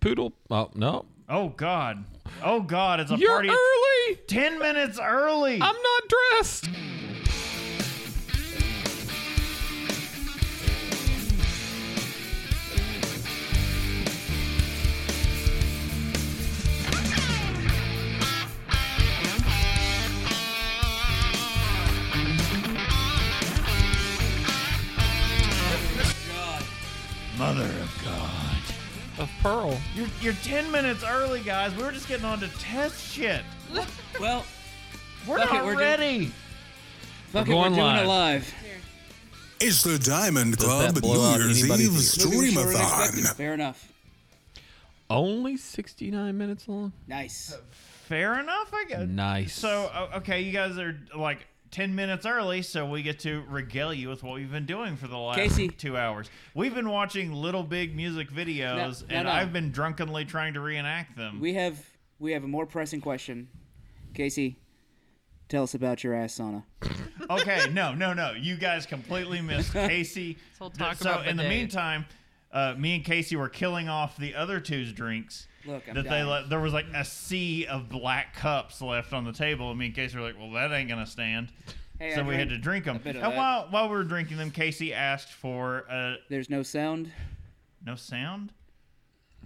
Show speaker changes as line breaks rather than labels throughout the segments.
Poodle. Oh no,
Oh God. Oh God. It's a
you're
party.
early.
Ten minutes early.
I'm not dressed.
Mother of God.
Of pearl.
You're you're ten minutes early, guys. We were just getting on to test shit.
Well,
We're
Fuck it,
not
we're doing-
ready.
fuck
We're
it, we're
going
doing
live.
it live.
It's the Diamond Club
that blow out
New Year's
anybody's
Eve
Look, it was shorter than expected.
Streamathon.
Fair enough.
Only 69 minutes long.
Nice.
Fair enough, I guess.
Nice.
So o- okay, you guys are like ten minutes early, so we get to regale you with what we've been doing for the last
Casey.
two hours. We've been watching little big music videos,
No, no,
and
no.
I've been drunkenly trying to reenact them.
We have we have a more pressing question. Casey, tell us about your ass sauna.
okay, no, no, no. You guys completely missed Casey.
whole talk
so
about
in the
bidet.
meantime, uh, me and Casey were killing off the other two's drinks.
Look, I'm
that they
dying.
let, there was like a sea of black cups left on the table, and me and Casey were like, "Well, that ain't gonna stand."
Hey,
so
I
we had
drank
to drink them.
a bit
And
of that.
while while we were drinking them, Casey asked for uh,
There's no sound.
no sound.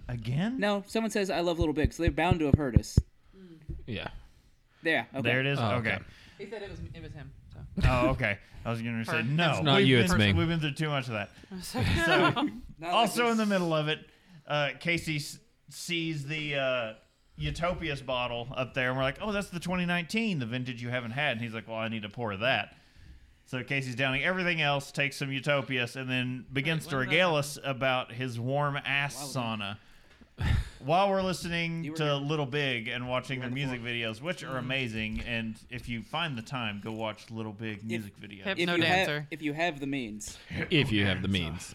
Again?
No, someone says I love Little Big, so they're bound to have heard us.
yeah.
There. Okay.
There it is.
Oh,
okay.
okay.
He said it was it was him. So.
Oh, okay. I was gonna say
That's
no.
not
We've
you,
been-
it's me.
We've been through too much of that.
Not like
also
this-
in the middle of it, uh, Casey s- sees the uh, Utopias bottle up there, and we're like, "Oh, that's the 2019, the vintage you haven't had." And he's like, "Well, I need to pour that." So Casey's downing everything else, takes some Utopias, and then begins to
when did that
regale us about his warm ass sauna. While we're
You
listening
were
to
here.
Little Big and watching their music videos, which
Mm.
are amazing, and if you find the time, go watch Little Big music videos.
Hip-
if
No
you have-
dancer.
if you have the means.
If you have the means.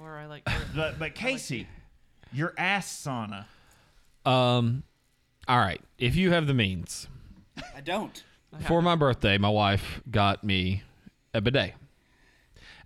Or I like.
But but Casey, your ass sauna.
Um, all right. If you have the means.
I don't.
For my birthday, my wife got me a bidet.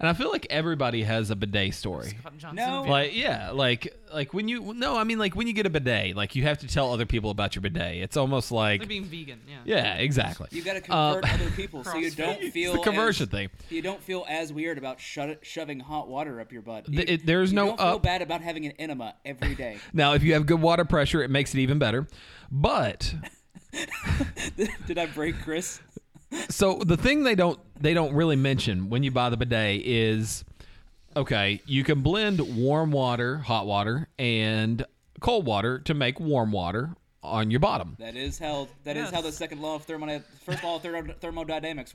And I feel like everybody has a bidet story.
Johnson.
No.
Like yeah, like like when you no, I mean like when you get a bidet, like you have to tell other people about your bidet. It's almost
They're
like
being vegan. Yeah.
yeah, exactly.
You got to
Uh,
Um,
convert other people so you
CrossFit.
don't feel
the conversion
as,
thing.
You don't feel as weird about shut, shoving hot water up your butt. You,
Th- it- there's
you
no
don't feel
up.
bad about having an enema every day.
Now, if you have good water pressure, it makes it even better. But
Did I break Chris?
so the thing they don't they don't really mention when you buy the bidet is okay, you can blend warm water, hot water, and cold water to make warm water on your bottom.
That is how that is how the
Yes.
second law of thermo first law of thermo, thermodynamics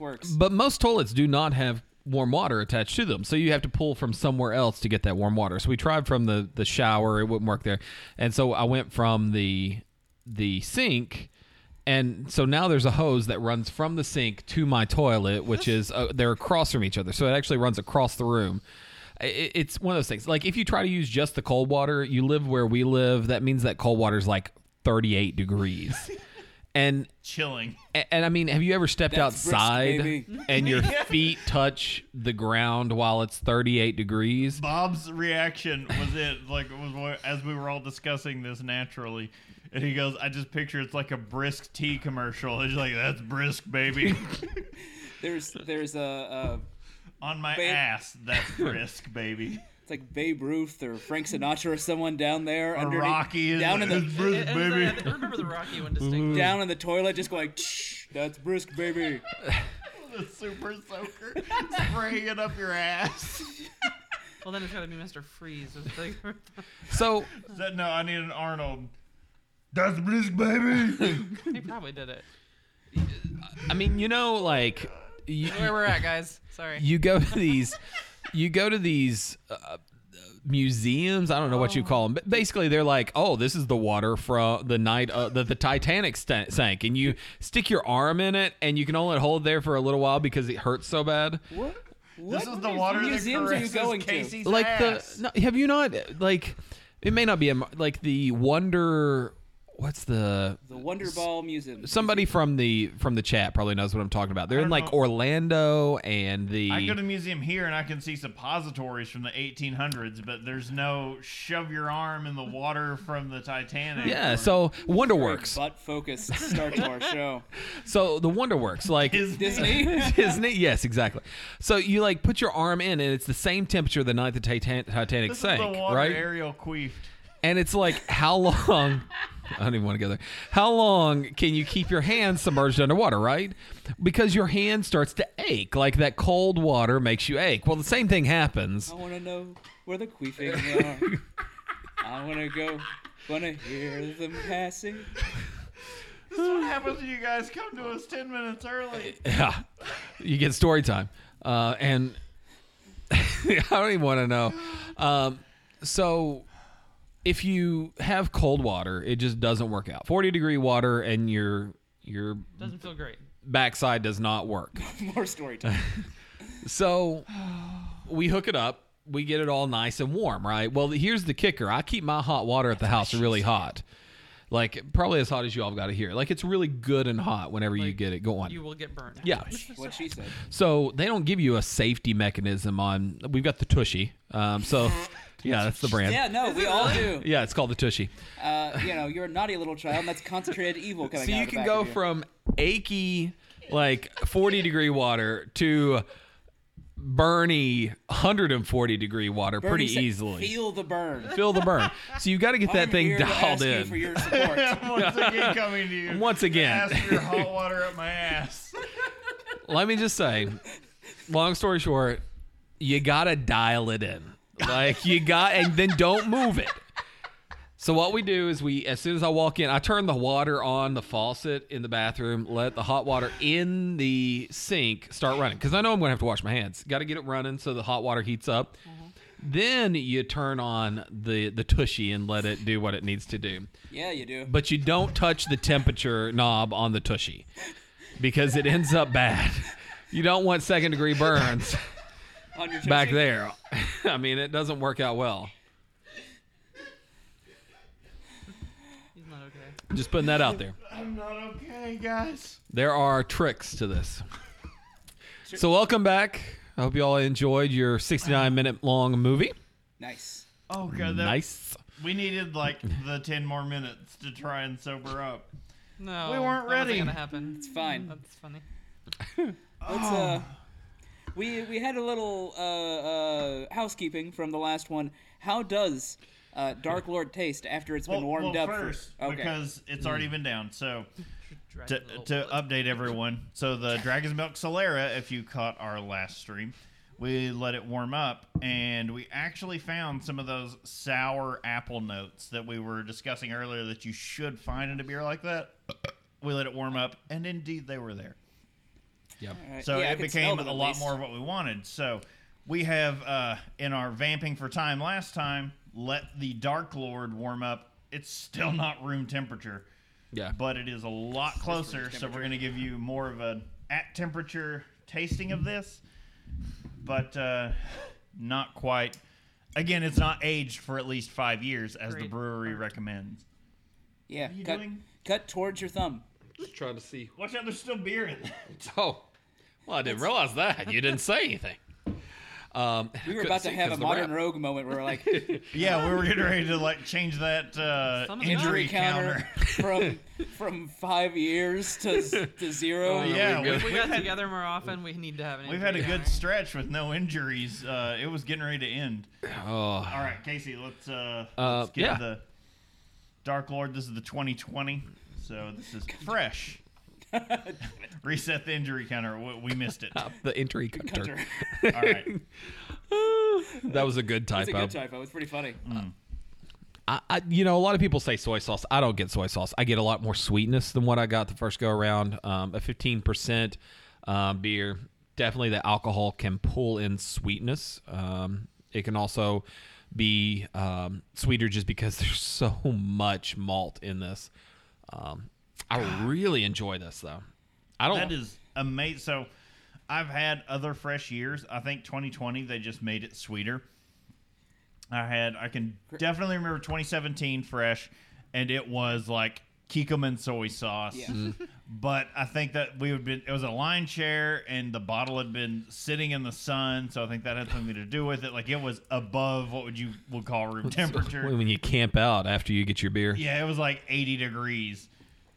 works.
But most toilets do not have warm water attached to them, so you have to pull from somewhere else to get that warm water. So we tried from the the shower; it wouldn't work there, and so I went from the the sink. And so now there's a hose that runs from the sink to my toilet, which is uh, they're across from each other. So it actually runs across the room. I- I- It's one of those things. Like if you try to use just the cold water, you live where we live. That means that cold water's like 38 degrees, and
chilling.
a- And I mean, have you ever stepped
That's brisk,
outside
baby.
and your feet touch the ground while it's 38 degrees?
Bob's reaction was it like it was what- as we were all discussing this naturally, and he goes, "I just picture it's like a brisk tea commercial." He's like, "That's brisk, baby."
There's there's a, uh
On my
Ba-
ass, that's brisk, baby.
it's like Babe Ruth or Frank Sinatra or someone down there
Or
underneath-
Rocky is
down in
is
the
brisk,
And
baby.
the- I remember the Rocky one distinctly.
down in the toilet just going "Tsh, that's brisk baby.
the super soaker spraying it up your ass.
Well, then it's gotta be Mr. Freeze. with the-
So,
Said, no, I need an Arnold. That's brisk, baby.
he probably did it.
I mean, you know, like you,
Where we're at, guys. Sorry.
you go to these, you go to these uh, museums. I don't know what you call them, but basically they're like, oh, this is the water from the night uh, that the Titanic st- sank, and you stick your arm in it, and you can only hold there for a little while because it hurts so bad.
What? What
this is the water that
museums are you
caresses
going to?
Casey's
like
ass.
the no, have you not like it may not be a, mar- like the wonder what's the
The Wonder Ball Museum.
somebody from the from the chat probably knows what I'm talking about. They're
I
in
don't
like
know.
Orlando and the
I go to a museum here and I can see suppositories from the 1800s, but there's no shove your arm in the water from the Titanic.
yeah.
or
So WonderWorks.
butt focused start to our show.
So the WonderWorks like
Disney.
Disney.
Isn't it? Yes, exactly. So you like put your arm in, and it's the same temperature the night the Titan- Titanic
This is
sank,
the water
right?
Ariel queefed.
And it's like, how long? I don't even want to go there. How long can you keep your hands submerged underwater, right? Because your hand starts to ache. Like that cold water makes you ache. Well, the same thing happens.
I want to know where the queefing are. I want to go. Want to hear them passing.
This is what happens when you guys come to us 10 minutes early.
Yeah. You get story time. Uh, and I don't even want to know. Um, so if you have cold water, it just doesn't work out. 40 degree water and your your
Doesn't feel great.
backside does not work.
More story time.
So we hook it up. We get it all nice and warm, right? Well, here's the kicker. I keep my hot water at the house really hot. Like probably as hot as you all got it here. Like it's really good and hot whenever you
Like,
get it going.
You will get burned.
yeah.
What she said.
So they don't give you a safety mechanism on. We've got the Tushy. Um, so yeah, that's the brand.
Yeah, no, we all do.
Yeah, it's called the Tushy.
Uh, you know, you're a naughty little child, and that's concentrated evil coming
So
out
you
of the
can
back
go
of you.
from achy, like 40 degree water to burny 140 degree water
Bernie
pretty
said,
easily.
Feel the burn.
feel the burn. So you got to get that
I'm
thing
here to
dialed
ask you
in.
for your support.
Once again, coming to you.
Once again.
Ask for your hot water up my ass.
Let me just say, long story short, you got to dial it in. Like you got, and then don't move it. So what we do is we, as soon as I walk in, I turn the water on the faucet in the bathroom, let the hot water in the sink start running because I know I'm gonna have to wash my hands. Got to get it running so the hot water heats up.
Uh-huh.
Then you turn on the the tushy and let it do what it needs to do.
Yeah, you do.
but you don't touch the temperature knob on the tushy because it ends up bad. You don't want second degree burns
On your
back
toes.
there. I mean, it doesn't work out well.
He's not okay.
Just putting that out there.
I'm not okay, guys.
There are tricks to this. So, welcome back. I hope you all enjoyed your 69 minute long movie.
Nice.
Oh, God. That,
Nice.
We needed like the 10 more minutes to try and sober up.
No.
We weren't
that wasn't
ready.
gonna happen.
It's fine.
That's funny.
Let's uh, we we had a little uh, uh, housekeeping from the last one. How does uh, Dark Lord taste after it's been warmed up? for-
first
okay.
because it's already
Mm.
been down. So
Drag
to,
the little
to
bullet.
update everyone, so the Dragon's Milk Solera, if you caught our last stream, we let it warm up, and we actually found some of those sour apple notes that we were discussing earlier that you should find in a beer like that. We let it warm up, and indeed they were there.
Yep.
Alright,
So
yeah, I
it
could
became
smell them
a
at
lot
least.
more of what we wanted. So we have uh, in our vamping for time last time, let the Dark Lord warm up. It's still not room temperature,
Yeah.
but it is a lot closer. So we're gonna give you more of an at temperature tasting of this, but uh, not quite. Again, it's not aged for at least five years, as the
Great.
brewery recommends.
Yeah,
you
cut,
doing?
cut towards your thumb.
Just trying to see.
Watch out, there's still beer in there.
Oh, well, I didn't realize that. You didn't say anything. Um,
We were about to have a modern rogue moment where we're like
yeah, we were getting ready to like change that uh,
Some of the
injury
injury counter
counter.
from from five years to z- to zero.
Oh, yeah,
we-
we,
If we
we
got together more often, we need to have an.
We've had a
injury
good
counter.
stretch with no injuries. Uh, it was getting ready to end.
Oh,
All right, Casey, let's, uh,
Uh,
let's give
yeah.
the Dark Lord. This is the 2020, so this is fresh. Reset the injury counter. We- We missed it. All
the entry counter.
right.
That was a good typo.
It's a good typo. It's pretty funny.
Mm.
I, I, you know, a lot of people say soy sauce. I don't get soy sauce. I get a lot more sweetness than what I got the first go around. Um, a 15% um, beer, definitely the alcohol can pull in sweetness. Um, it can also be um, sweeter just because there's so much malt in this. Um, I really enjoy this, though. I don't.
That is amazing. So I've had other fresh years. I think 2020 they just made it sweeter. I had I can definitely remember 2017 fresh, and it was like Kikkoman soy sauce.
Yeah.
But I think that we would been it was a line chair and the bottle had been sitting in the sun, so I think that had something to do with it. Like it was above what would you would call room temperature.
When you camp out after you get your beer.
Yeah, it was like 80 degrees.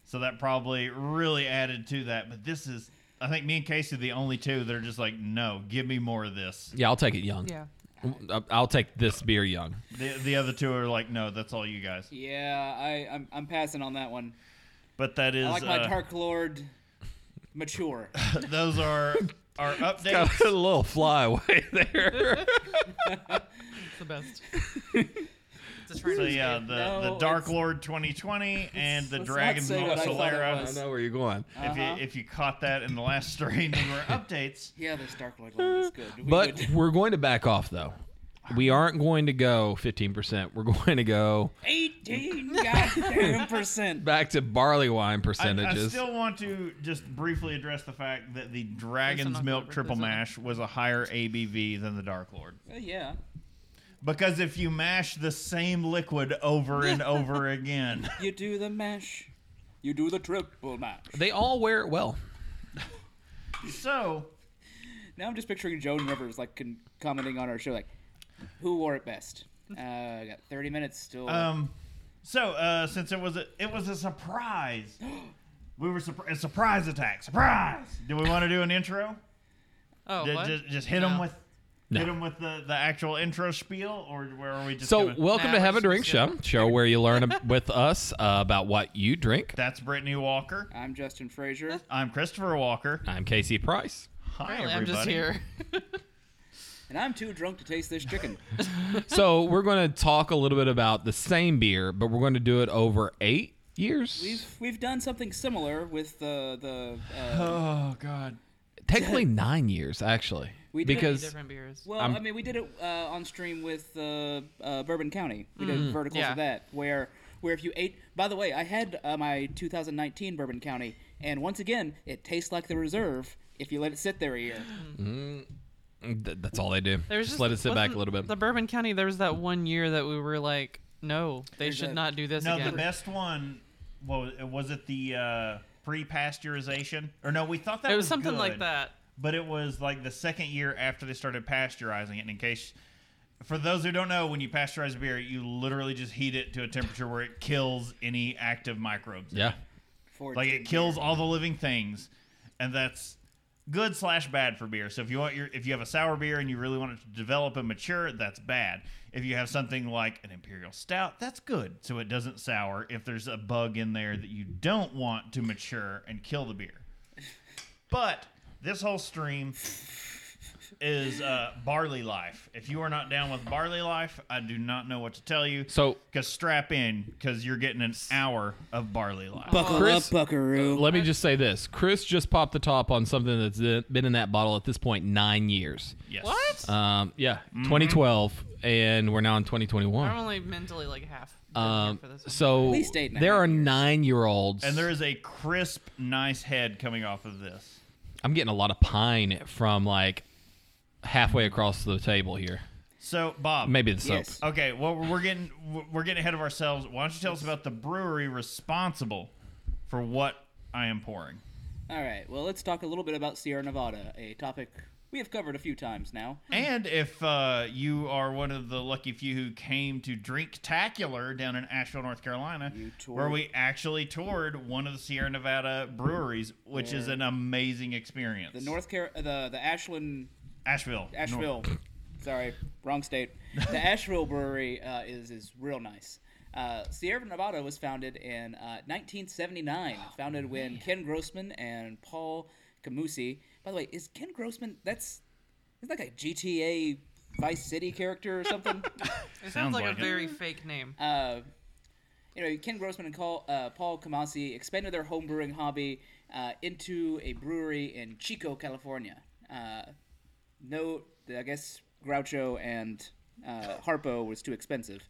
So that probably really added to that. But this is, I think me and Casey are the only two that are just like, no, give me more of this.
Yeah, I'll take it young.
Yeah.
I- I'll take this beer young.
The, the other two are like, no, that's all you guys.
Yeah, I, I'm, I'm passing on that one.
But that is,
I like my
uh,
Dark Lord mature.
those are our
Got
updates.
a little fly away there.
It's the best. it's a train
So
wreck.
yeah, the, the
No,
Dark
it's-
Lord 2020 and the
let's not
Dragon
say
Ball
what I thought it
Solera.
was.
I know where you're going.
If
Uh-huh.
you if you caught that in the last stream of our updates,
Yeah, this Dark Lord line is good. We
But
would-
we're going to back off though. We aren't going to go 15%. We're going to go
18 goddamn percent.
back to barley wine
I, I
percentages.
still want to just briefly address the fact that the
Please
Dragon's
don't
Milk
October,
Triple
please don't.
Mash was a higher ABV than the Dark Lord.
Uh, yeah.
Because if you mash the same liquid over and over again,
You do the mash. You do the triple mash.
they all wear it well.
so
Now I'm just picturing Joan Rivers like con- commenting on our show, like, who wore it best? Uh, I got 30 minutes still.
um, so uh, since it was a, it was a surprise, we were surpri- a surprise attack. Surprise! Do we want to do an intro?
Oh,
Ju-
what?
Just, just hit them
No.
with. Hit them with the, the actual intro spiel, or where are we just?
So,
gonna-
welcome to
Nah, we're
Have a
just gonna
Drink
skip
Show, show where you learn ab- with us uh, about what you drink.
that's Brittany Walker.
I'm Justin Frazier.
I'm Christopher Walker.
I'm Casey Price.
Hi,
Apparently,
everybody.
I'm just here.
And I'm too drunk to taste this chicken.
So, we're going to talk a little bit about the same beer, but we're going to do it over eight years.
We've we've done something similar with the the uh,
Oh God.
Technically, nine years, actually.
We did-
because
Different beers.
well,
I'm-
I mean, we did it uh, on stream with uh, uh, Bourbon County. We did
Mm-hmm.
verticals
yeah.
of that where where if you ate. By the way, I had uh, my 2019 Bourbon County, and once again, it tastes like the reserve if you let it sit there a year.
th- that's all they do.
There was
Just, let it sit back a
wasn't
little bit.
The Bourbon County, there was that one year that we were like, no, they
There's
should
a-
not do this
No,
again.
the best one was was it the uh, pre-pasteurization or no? We thought that
it was something like
good,
that.
but it was like the second year after they started pasteurizing it. And in case, for those who don't know, when you pasteurize beer, you literally just heat it to a temperature where it kills any active microbes.
yeah.
For
like it kills all the living things, and that's good slash bad for beer. So if you want your if you have a sour beer and you really want it to develop and mature, that's bad. If you have something like an imperial stout, that's good. So it doesn't sour if there's a bug in there that you don't want to mature and kill the beer. But this whole stream is uh, barley life. If you are not down with barley life, I do not know what to tell you.
So,
Cause strap in, cause you're getting an hour of barley life.
buckle
Chris-
up,
Uh,
Buckaroo.
Let me just say this. Chris just popped the top on something that's i- been in that bottle at this point nine years.
Yes. Mm-hmm.
What?
Um, yeah, 2012, and we're now in 2021.
I'm only mentally like half.
Um,
for this one.
so
least eight and a
there
half
are
years.
nine year olds,
And there is a crisp, nice head coming off of this.
I'm getting a lot of pine from like halfway across the table here.
So, Bob.
Maybe the soap.
Yes.
Okay. Well, we're getting we're getting ahead of ourselves. Why don't you tell us about the brewery responsible for what I am pouring?
All right. Well, let's talk a little bit about Sierra Nevada, a topic we have covered a few times now.
And if uh, you are one of the lucky few who came to Drink Tacular down in Asheville, North Carolina,
You toured.
where we actually toured one of the Sierra Nevada breweries, which is an amazing experience.
The North Car- the the Ashland
Asheville. Nor-
Asheville. Sorry, wrong state. The Asheville brewery uh, is is real nice. Uh, Sierra Nevada was founded in uh, 1979. founded when Ken Grossman and Paul Camusi. By the way, is Ken Grossman? That's is like a GTA Vice City character or something.
it
sounds
sounds like,
like it.
a very fake name.
uh, anyway, Ken Grossman and Col- uh, Paul Kamasi expanded their home brewing hobby uh, into a brewery in Chico, California. Uh, no, I guess Groucho and uh, Harpo was too expensive.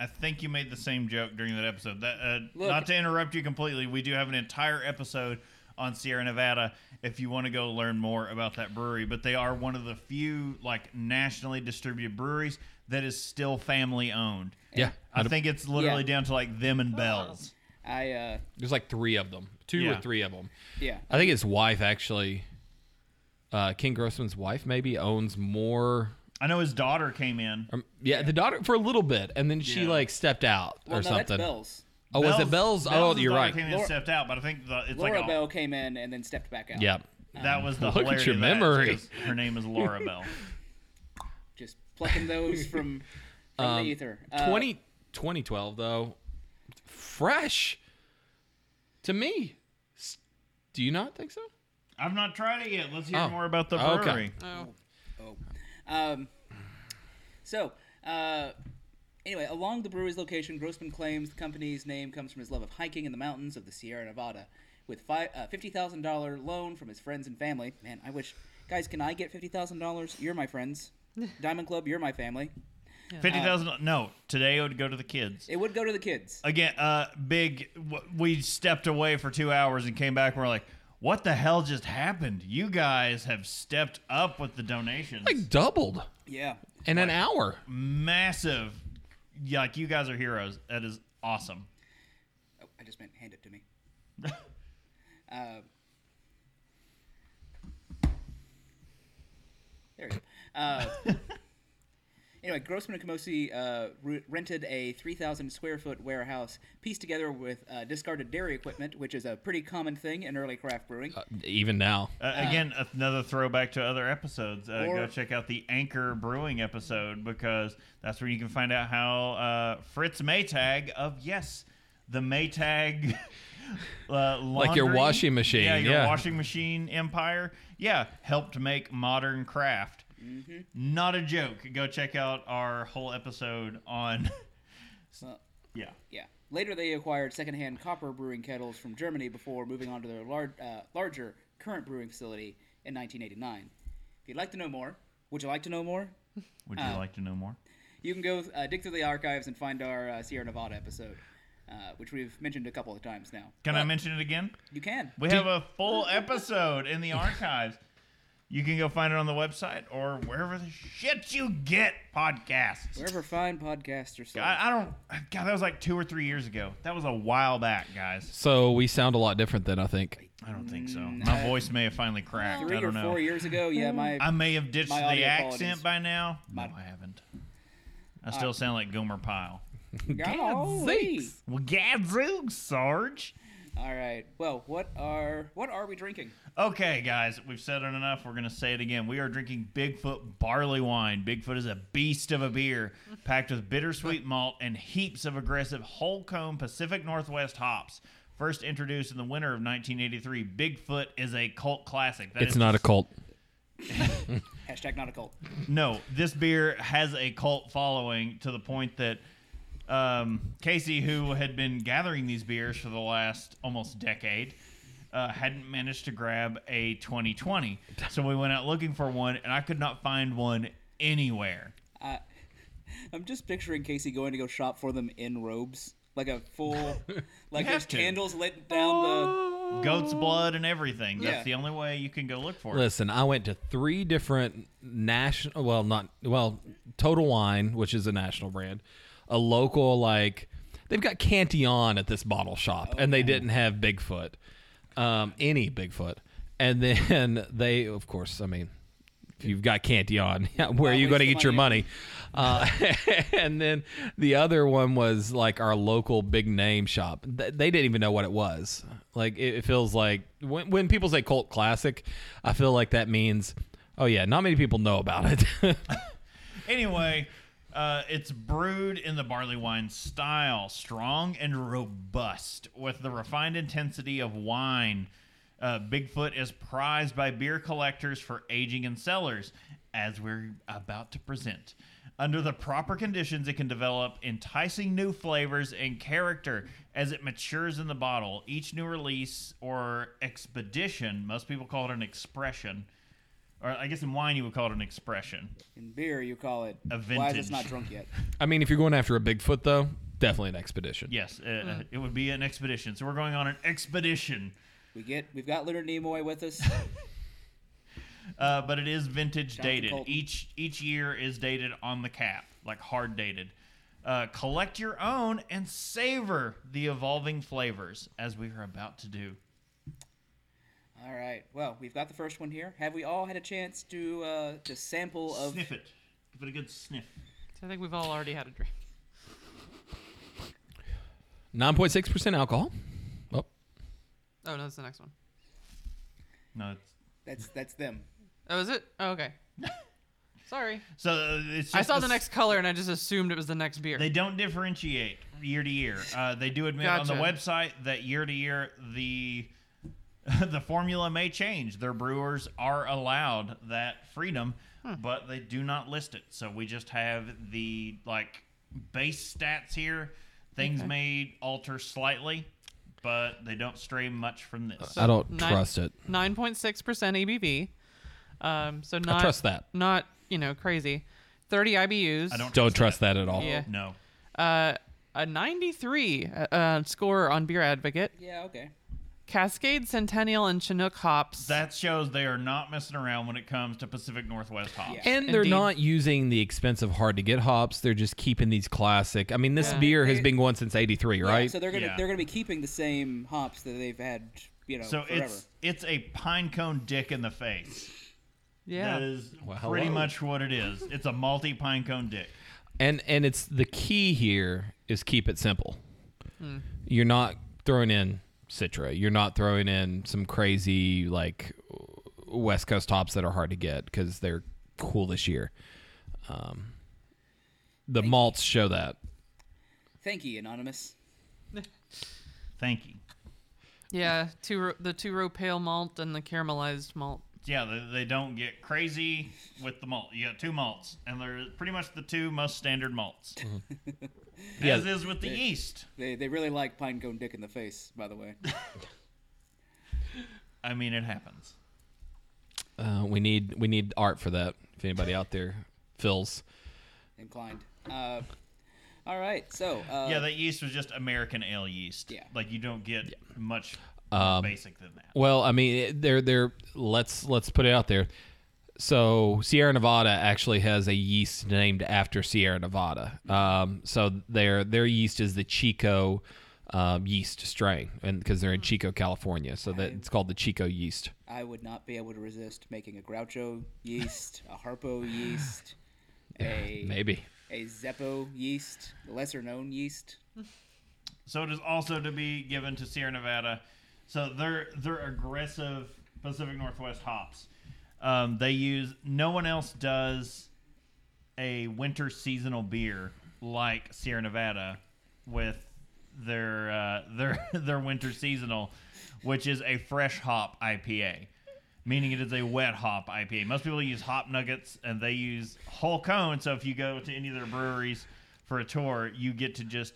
I think you made the same joke during that episode. That uh,
Look-
not to interrupt you completely, we do have an entire episode on Sierra Nevada if you want to go learn more about that brewery. But they are one of the few like nationally distributed breweries that is still family owned.
Yeah.
I think it's literally
Yeah.
down to like them and Bell's.
I uh,
There's like three of them, two
Yeah.
or three of them.
yeah.
I think his wife actually, uh, King Grossman's wife maybe owns more.
I know his daughter came in.
Um, yeah, the daughter for a little bit, and then she
Yeah.
like stepped out
Well,
or
no,
something.
that's Bell's.
Oh, was it Bell's? oh, you're
daughter
right.
Came in
Laura-
and stepped out, but I think the, it's
Laura
like a,
Bell came in and then stepped back out.
Yeah,
that was the
Look at
hilarity
your
of that, is
memory.
'cause Her name is Laura Bell.
Just plucking those from, from
Um,
the ether. Uh,
20, 2012 though, fresh. To me, S- do you not think so?
I've not tried it yet. Let's hear
Oh.
more about the
Okay.
brewery.
Oh,
Um, so, uh, anyway, along the brewery's location, Grossman claims the company's name comes from his love of hiking in the mountains of the Sierra Nevada. With fi- uh, $50,000 loan from his friends and family. Man, I wish. Guys, can I get $50,000? You're my friends. Diamond Club, you're my family.
Fifty thousand. no, today it would go to the kids.
It would go to the kids.
Again, uh, big. w- We stepped away for two hours and came back. and We're like, what the hell just happened? You guys have stepped up with the donations.
Like doubled
Yeah.
in an hour.
Massive. Yeah, like you guys are heroes. That is awesome.
Oh, I just meant hand it to me. Uh, There we go. Uh, anyway, Grossman and Kamosi uh, re- rented a 3,000 square foot warehouse pieced together with uh, discarded dairy equipment, which is a pretty common thing in early craft brewing.
Even now,
Uh, again, another throwback to other episodes. Uh,
Or-
go check out the Anchor Brewing episode because that's where you can find out how uh, Fritz Maytag of yes, the Maytag, uh,
Like your
laundry-
washing machine,
Yeah, your
yeah.
washing machine empire. Yeah, helped make modern craft.
Mm-hmm.
Not a joke. Go check out our whole episode on.
So,
Yeah.
yeah. Later, they acquired secondhand copper brewing kettles from Germany before moving on to their lar- uh, larger current brewing facility in 1989. If you'd like to know more, would you like to know more?
Would
Uh,
you like to know more?
You can go uh, dig through the archives and find our uh, Sierra Nevada episode, uh, which we've mentioned a couple of times now.
Can
uh,
I mention it again?
You can.
We have a full episode in the archives. You can go find it on the website or wherever the shit you get podcasts.
Wherever fine podcasts are sold.
I, I don't. God, that was like two or three years ago. That was a while back, guys.
so we sound a lot different then. I think.
I don't think so. My voice may have finally cracked.
Mm, Three
I
or
don't know. Mm,
four years ago, yeah, my
I may have ditched
My
the
audio
accent
qualities.
by now. No, I haven't. I still sound like Gomer Pyle.
golly.
sakes.
Well, gadzooks, Sarge.
All right. Well, what are what are we drinking?
Okay, guys, we've said it enough. We're going to say it again. We are drinking Bigfoot barley wine. Bigfoot is a beast of a beer, packed with bittersweet malt and heaps of aggressive whole cone Pacific Northwest hops. First introduced in the winter of 1983, Bigfoot is a cult classic. That
It's
is
not a cult.
Hashtag not a cult.
no, this beer has a cult following to the point that um, Casey, who had been gathering these beers for the last almost decade, uh, hadn't managed to grab a 2020. So we went out looking for one, and I could not find one anywhere.
I'm just picturing Casey going to go shop for them in robes, like a full, like
You have
there's
to. Oh.
candles lit down the.
Goat's blood and everything. That's
Yeah.
the only way you can go look for it.
Listen, I went to three different national, well, not, well, Total Wine, which is a national brand, a local, like, they've got Cantillon at this bottle shop, and they didn't have Bigfoot, um, any Bigfoot. And then they, of course, I mean, if you've got Cantillon, where are you
waste
going to
the
get your
money.
money? Uh, and then the other one was like our local big name shop. Th- They didn't even know what it was. Like it, it feels like when, when people say cult classic, I feel like that means, oh yeah, not many people know about it.
Anyway, uh, it's brewed in the barley wine style, strong and robust, with the refined intensity of wine. Uh, Bigfoot is prized by beer collectors for aging in cellars, as we're about to present. Under the proper conditions, it can develop enticing new flavors and character as it matures in the bottle. Each new release or expedition, most people call it an expression, or I guess in wine you would call it an expression.
In beer, you call it.
A
Why is
vintage.
it's not drunk yet?
I mean, if you're going after a Bigfoot though, definitely an expedition.
Yes, uh,
Mm.
it would be an expedition. So we're going on an expedition,
We get we've got Leonard Nimoy with us.
uh, but it is vintage
Jonathan
dated.
Colton.
Each each year is dated on the cap, like hard dated. Uh, collect your own and savor the evolving flavors as we are about to do.
All right. Well, we've got the first one here. Have we all had a chance to uh, to sample of?
Sniff it. Give it a good sniff.
So I think we've all already had a drink.
Nine point six percent alcohol. Oh,
Oh no, that's the next one.
No, it's,
That's that's them.
Oh, is it? Oh, okay. Sorry.
so uh, it's. Just
I saw
a
the
s-
next color and I just assumed it was the next beer.
They don't differentiate year to year. Uh, they do admit on the
Gotcha.
website that year to year the the formula may change. Their brewers are allowed that freedom,
Hmm.
but they do not list it. So we just have the like base stats here. Things may alter slightly, but they don't stray much from this.
I don't
Nine-
trust it.
9.6% ABV. Um, so not
I trust that.
not, you know, crazy. 30 IBUs.
I don't
Don't trust that at all.
Yeah.
no.
Uh, a 93 uh, uh, score on Beer Advocate.
Yeah. Okay.
Cascade, Centennial, and Chinook hops.
That shows they are not messing around when it comes to Pacific Northwest hops.
Yeah.
And they're
Indeed.
not using the expensive hard to get hops. They're just keeping these classic. I mean, this
Yeah.
beer has
They-
been going since '83,
Yeah,
right?
so they're gonna
Yeah.
they're gonna be keeping the same hops that they've had, you know,
So
forever.
it's it's a pine cone dick in the face.
yeah.
That is
Well,
pretty
hello.
much what it is. It's a multi pine cone dick.
and and it's the key here is keep it simple. You're not throwing in Citra. You're not throwing in some crazy like West Coast hops that are hard to get because they're cool this year. Um, the malts show that.
Thank you, anonymous.
Thank you.
Yeah. Two ro- the two row pale malt and the caramelized malt.
Yeah, they, they don't get crazy with the malt. You got two malts, and they're pretty much the two most standard malts.
Yeah.
As is with the yeast.
They they really like pine cone dick in the face, by the way.
I mean, it happens.
Uh, we need we need art for that. If anybody out there fills,
Inclined. Uh, all right. So uh,
yeah, that yeast was just American ale yeast.
Yeah.
Like, you don't get much more basic than that.
well, I mean, it- they're they're let's let's put it out there. So Sierra Nevada actually has a yeast named after Sierra Nevada. Um, so their their yeast is the Chico um, yeast strain, and because they're in Chico, California, so that it's called the Chico yeast.
I would not be able to resist making a Groucho yeast, a Harpo yeast, a
Maybe
a Zeppo yeast, lesser known yeast.
So it is also to be given to Sierra Nevada. So they're they're aggressive Pacific Northwest hops. Um, they use no one else does a winter seasonal beer like Sierra Nevada with their uh, their their winter seasonal, which is a fresh hop IPA, meaning it is a wet hop IPA. Most people use hop nuggets and they use whole cone. So if you go to any of their breweries for a tour, you get to just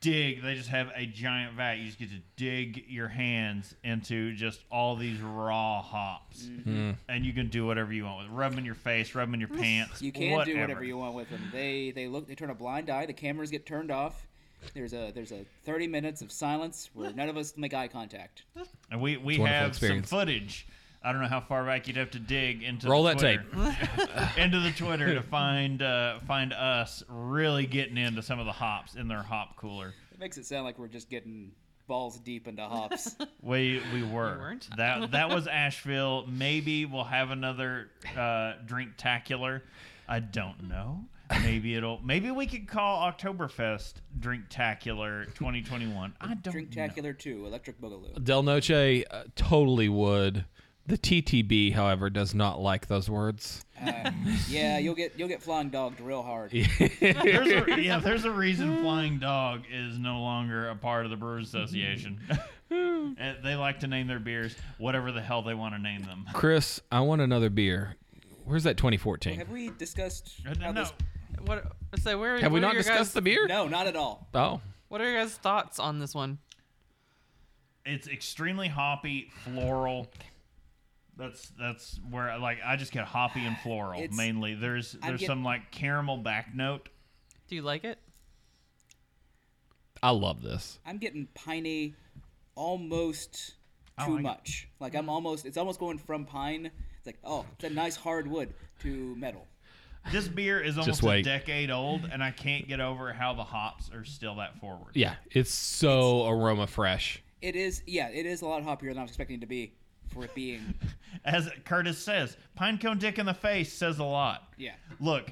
dig. They just have a giant vat. You just get to dig your hands into just all these raw hops,
Mm-hmm.
and you can do whatever you want with. it. Rub them in your face, rub them in your pants.
You can do whatever you want with them. They they look they turn a blind eye. The cameras get turned off. There's a there's a 30 minutes of silence where none of us make eye contact.
And we we
It's a wonderful
have
experience.
some footage. I don't know how far back you'd have to dig into
Roll
the
that
Twitter, into the Twitter to find uh, find us really getting into some of the hops in their hop cooler.
It makes it sound like we're just getting balls deep into hops.
We we were.
weren't?
That that was Asheville. Maybe we'll have another uh, drink tacular. I don't know. Maybe it'll. Maybe we could call Oktoberfest Drink Tacular 2021. I don't
Drink
know.
Tacular 2, Electric Boogaloo.
Del Noche uh, totally would. The TTB, however, does not like those words.
Uh, yeah, you'll get you'll get flying dogged real hard.
There's a, yeah, there's a reason Flying Dog is no longer a part of the Brewers Association. And they like to name their beers whatever the hell they want to name them.
Chris, I want another beer. Where's that 2014?
Have we discussed how
Uh, No,
this
What? So where?
Have we
what are
not
your
discussed
guys,
the beer?
No, not at all.
Oh,
What are your guys' thoughts on this one?
it's extremely hoppy, floral. That's that's where like I just get hoppy and floral
It's-
mainly. There's
I'm
there's
get-
some like caramel back note.
Do you like it?
I love this.
I'm getting piney almost
I
too
like it.
much. Like I'm almost it's almost going from pine, it's like, oh, it's a nice hard wood to metal.
This beer is almost a
wait.
decade old, and I can't get over how the hops are still that forward.
Yeah, it's so aroma fresh.
It is, yeah, it is a lot hoppier than I was expecting it to be for it being.
As Curtis says, pinecone dick in the face says a lot.
Yeah.
Look,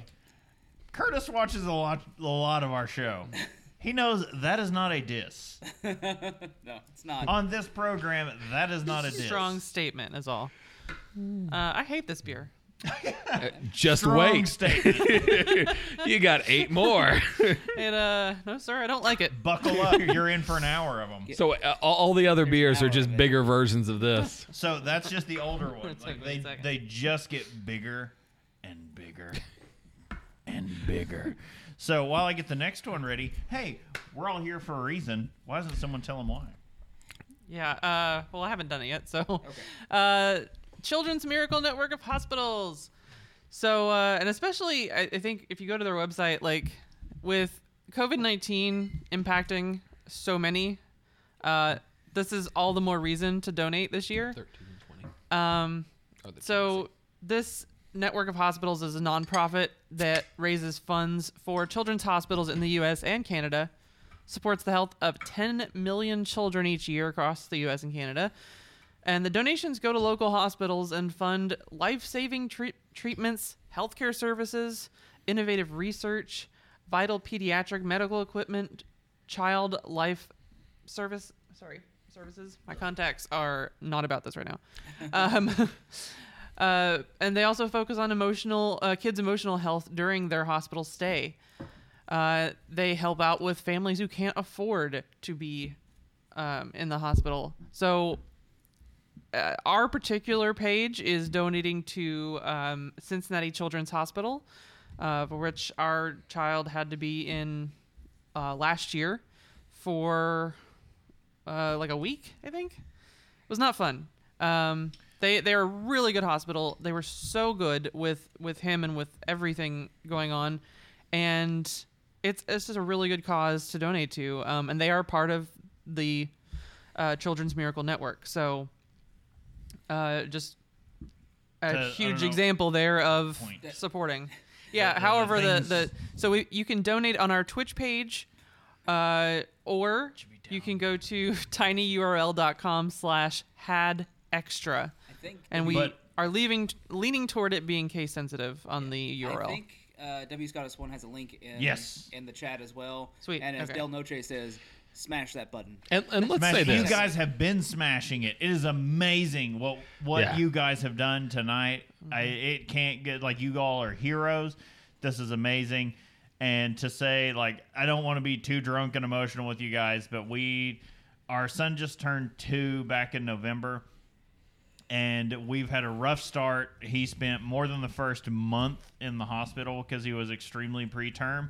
Curtis watches a lot, a lot of our show. He knows that is not a diss.
No, it's not.
On this program, that is not a diss.
Strong statement is all. Uh, I hate this beer.
Just
Strong
wait,
statement.
you got eight more.
It uh no sir, I don't like it.
Buckle up. You're in for an hour of them.
so uh, all, all the other beers are
hour
just
of it.
bigger versions of this.
So that's just the older ones.
Took
Like
me a
they
second.
they just get bigger and bigger and bigger. So while I get the next one ready, hey, we're all here for a reason. Why doesn't someone tell them why?
Yeah, uh well I haven't done it yet, so uh Children's Miracle Network of Hospitals. So uh and especially I, I think if you go to their website, like with COVID nineteen impacting so many, uh this is all the more reason to donate this year. Um, so this network of hospitals is a nonprofit that raises funds for children's hospitals in the U.S. and Canada, supports the health of 10 million children each year across the U.S. and Canada, and the donations go to local hospitals and fund life-saving treat treatments, healthcare services, innovative research, vital pediatric medical equipment, child life service sorry services my contacts are not about this right now um, uh, and they also focus on emotional uh, kids emotional health during their hospital stay uh, they help out with families who can't afford to be um, in the hospital so uh, our particular page is donating to um, cincinnati children's hospital uh, for which our child had to be in uh, last year for uh, like a week, I think. It was not fun. Um, they they're a really good hospital. They were so good with with him and with everything going on, and it's it's just a really good cause to donate to. Um, and they are part of the uh, Children's Miracle Network. So, uh, just a
To- I don't
huge
know.
example there of
Point.
supporting. Yeah. however, the,
things-
the so we, you can donate on our Twitch page, uh, or you can go to tinyurl.com slash had extra,
I think.
and we
But-
are leaving leaning toward it being case sensitive on the
I
URL.
think uh, W Scottish One has a link in
Yes.
in the chat as well.
Sweet,
And as
okay.
Del Noche says, smash that button.
And, and let's
Smash,
say this.
you guys have been smashing it. It is amazing what what
Yeah.
you guys have done tonight. I it can't get like you all are heroes. This is amazing. And to say like I don't want to be too drunk and emotional with you guys, but we our son just turned 2 back in November and we've had a rough start. He spent more than the first month in the hospital because he was extremely preterm.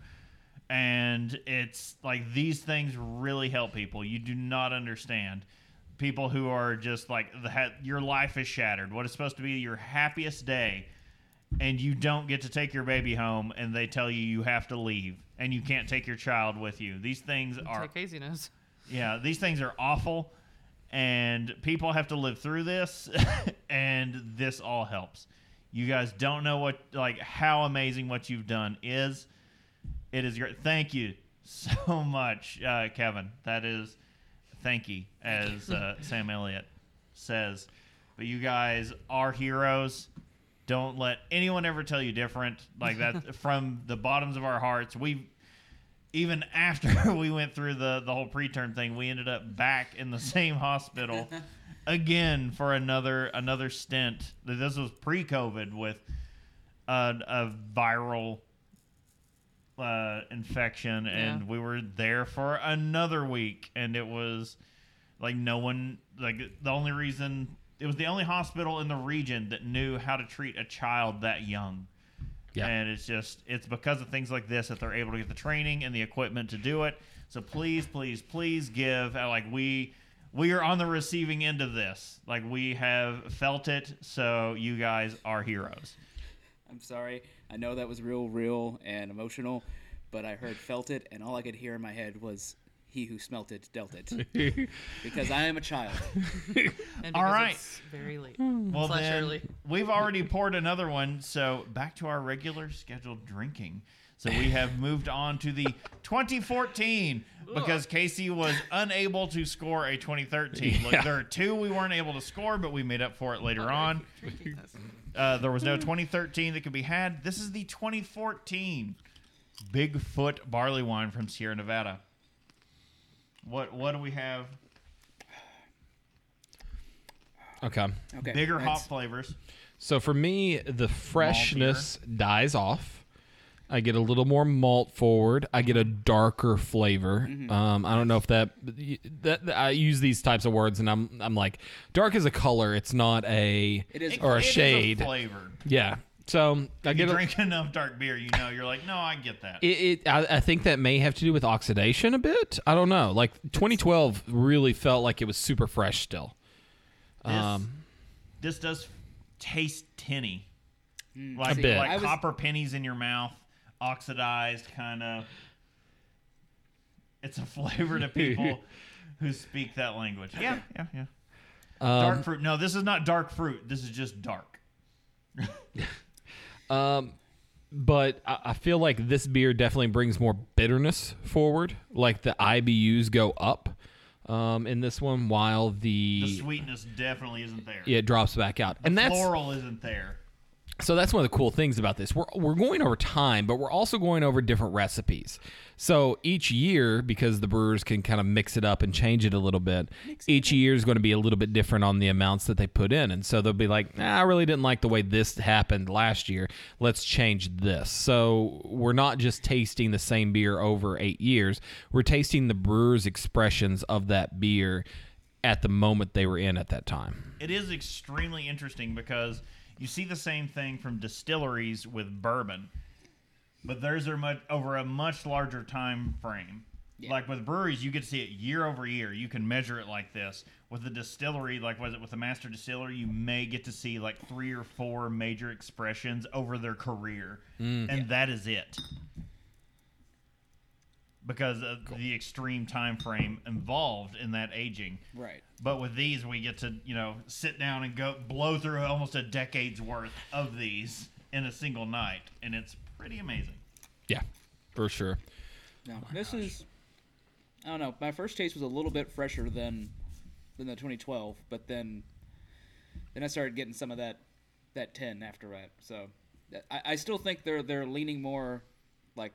And it's like these things really help people. You do not understand people who are just like the ha- your life is shattered. What is supposed to be your happiest day, and you don't get to take your baby home, and they tell you you have to leave, and you can't take your child with you. These things are
Take Casey knows.
yeah, these things are awful, and people have to live through this, and this all helps. You guys don't know what like how amazing what you've done is. It is great. Thank you so much, uh, Kevin. That is thank you, as uh, Sam Elliott says. But you guys are heroes. Don't let anyone ever tell you different. Like that from the bottoms of our hearts. We even after we went through the the whole preterm thing, we ended up back in the same hospital again for another another stint. This was pre-COVID with a, a viral uh, infection, and
Yeah.
we were there for another week, and it was like no one like the only reason it was the only hospital in the region that knew how to treat a child that young.
Yeah.
And it's just it's because of things like this that they're able to get the training and the equipment to do it. So please, please, please give uh, like we we are on the receiving end of this. Like we have felt it, so you guys are heroes.
I'm sorry. I know that was real, real and emotional, but I heard felt it, and all I could hear in my head was he who smelt it dealt it. because I am a child.
And
All
because
right.
It's very late.
Well,
Slash
then
early.
we've already poured another one, so back to our regular scheduled drinking. So we have moved on to the 2014 because Casey was unable to score a 2013. Look,
Yeah.
there are two we weren't able to score, but we made up for it later on.
Drinking this.
Uh, there was no 2013 that could be had. This is the 2014 Bigfoot barley wine from Sierra Nevada. What what do we have?
Okay.
Okay.
Bigger hop
that's-
flavors.
So for me, the freshness dies off. I get a little more malt forward. I get a darker flavor. Um, I don't know if that, that I use these types of words, and I'm I'm like dark is a color. It's not a
It is a
or
color.
a
It is
shade.
flavor.
yeah. So I
You
get a,
drink enough dark beer, you know. You're like, no, I get that.
It, it I, I think that may have to do with oxidation a bit. I don't know. Like 2012 really felt like it was super fresh still.
This,
Um,
this does taste tinny, like
A bit.
like
Mm, I was-
copper pennies in your mouth, oxidized kind of. It's a flavor to people who speak that language. Yeah, yeah, yeah.
Um,
dark fruit. No, this is not dark fruit. This is just dark.
But I, I feel like this beer definitely brings more bitterness forward. Like the IBUs go up um, in this one, while the,
The sweetness definitely isn't there.
yeah, it drops back out. and that's
Floral isn't there.
So that's one of the cool things about this. We're, we're going over time, but we're also going over different recipes. So each year, because the brewers can kind of mix it up and change it a little bit, each year is going to be a little bit different on the amounts that they put in. And so they'll be like, nah, I really didn't like the way this happened last year. Let's change this. So we're not just tasting the same beer over eight years, we're tasting the brewer's expressions of that beer at the moment they were in at that time.
it is extremely interesting because you see the same thing from distilleries with bourbon, but theirs are much over a much larger time frame. Like with breweries, you could see it year over year. You can measure it like this. With the distillery, like was it with the master distiller, you may get to see like three or four major expressions over their career, and that is it. Because of the extreme time frame involved in that aging.
Right.
But with these, we get to you know sit down and go blow through almost a decade's worth of these in a single night, and it's pretty amazing.
Yeah, for sure.
No, this is. I don't know. My first taste was a little bit fresher than than the 2012, but then then I started getting some of that that 10 after that. So I, I still think they're they're leaning more like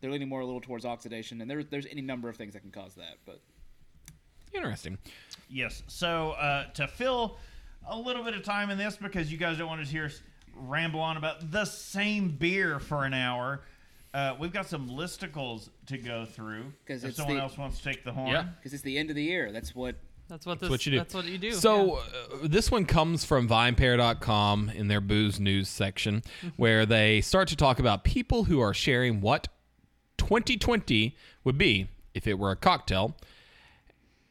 they're leaning more a little towards oxidation, and there, there's any number of things that can cause that. But
Interesting.
Yes. So uh, to fill a little bit of time in this, because you guys don't want to hear us ramble on about the same beer for an hour, uh, we've got some listicles to go through.
'Cause
if
it's
someone
the-
else wants to take the horn,
Yeah.
because it's the end of the year, that's what
That's what this.
That's what you do.
That's what you do.
So uh, this one comes from VinePair.com in their booze news section,
Mm-hmm.
where they start to talk about people who are sharing what 2020 would be if it were a cocktail.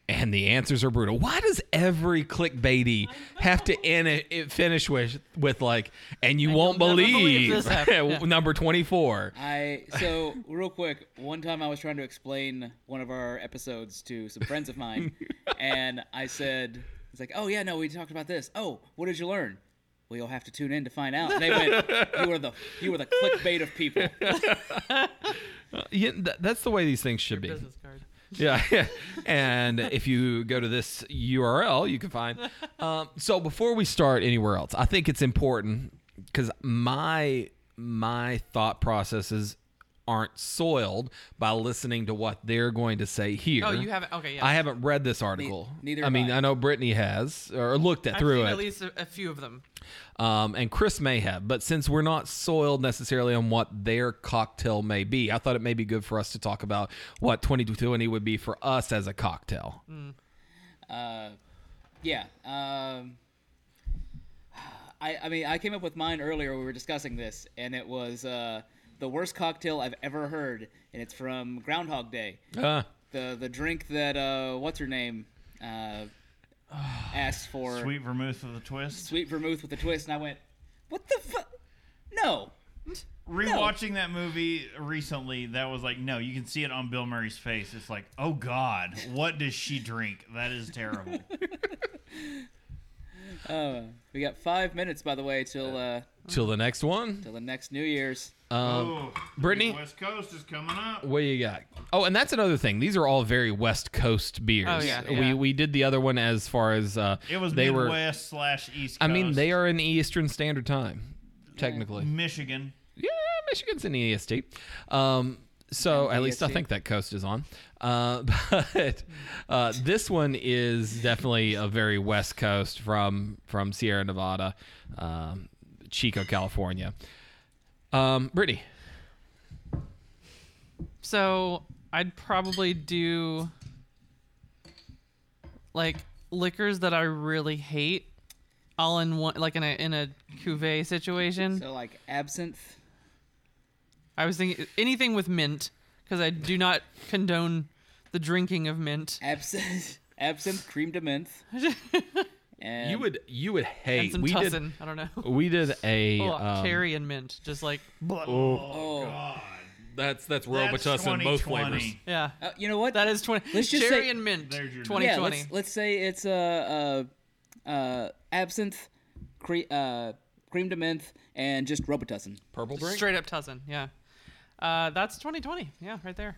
And the answers are brutal. Why does every clickbaity have to end it, it finish with with like, and you won't
never
believe,
believe this happened. Yeah.
number twenty four?
I so real quick. One time I was trying to explain one of our episodes to some friends of mine, and I said, "It's like, oh yeah, no, we talked about this. Oh, what did you learn? Well, you'll have to tune in to find out." And they went, "You were the you were the clickbait of people."
Yeah, th- that's the way these things should be.
business card.
Yeah. and if you go to this URL, you can find. Um, so before we start anywhere else, I think it's important because my my thought processes aren't soiled by listening to what they're going to say here.
Oh, you haven't- okay, yeah.
I haven't read this article.
neither
I
have
mean,
I.
I know Brittany has or looked at
I've
through
seen
it
at least a, a few of them.
um, and Chris may have. But since we're not soiled necessarily on what their cocktail may be, I thought it may be good for us to talk about what 2020 would be for us as a cocktail.
Yeah. Um, I I mean I came up with mine earlier. We were discussing this, and it was uh, the worst cocktail I've ever heard, and it's from Groundhog Day.
Mm.
Uh,
the the drink that uh what's her name uh asked for sweet.
sweet vermouth with a twist.
vermouth with a twist and i went what the fuck no
Rewatching that movie recently, that was like, no, you can see it on Bill Murray's face. It's like, oh God, what does she drink? That is terrible.
Uh, we got five minutes, by the way, till uh,
Till the next one.
till the next New Year's.
Um,
oh,
Brittany?
West Coast is coming up.
What you got? Oh, and that's another thing. These are all very West Coast beers.
Oh, yeah, yeah.
We we did the other one as far as uh,
It was
they
Midwest
were.
slash East.
I
Coast.
mean, they are in Eastern Standard Time, technically.
Michigan.
Yeah, Michigan's in EST. Um, so at
E
least I
EST.
think that coast is on. Uh, but uh, this one is definitely a very West Coast from from Sierra Nevada, um, Chico, California. Um, Brittany,
So I'd probably do like liquors that I really hate, all in one, like in a in a cuvee situation.
So like absinthe.
I was thinking anything with mint because I do not condone the drinking of mint.
Absinthe, absinthe, cream de menthe. And
you would you would
And
hate
some
we
tussin. I don't know.
did we did a
Oh,
um,
cherry and mint, just like
Oh,
That's that's
That's
Robitussin, both flavors.
2020.
yeah.
Uh, you know what?
That is twenty.
Let's just
cherry
say-
and mint.
There's your-
Twenty
yeah.
twenty.
Let's, let's say it's a uh, uh, uh, absinthe, cre- uh, cream de menthe, and just Robitussin.
Purple drink.
Straight up tussin. Yeah. Uh, that's twenty twenty. Yeah, right there.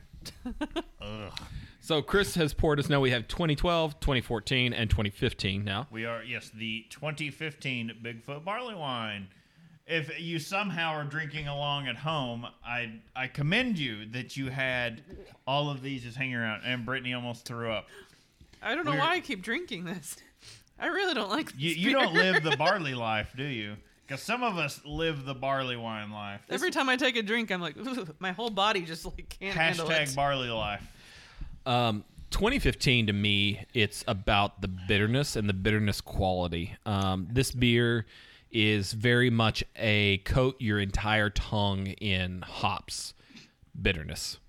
So Chris has poured us. Now we have 2012, 2014, and 2015. Now
We are yes, the 2015 Bigfoot barley wine. If you somehow are drinking along at home, I I commend you that you had all of these just hanging around. And Brittany almost threw up.
I don't know
We're-
why I keep drinking this. I really don't like this.
You you
beer.
don't live the barley life, do you? Because some of us live the barley wine life.
Every time I take a drink, I'm like, "Ooh," my whole body just like can't handle
Hashtag
it.
barley life.
Um, 2015 to me, it's about the bitterness and the bitterness quality. Um, this beer is very much a coat your entire tongue in hops bitterness.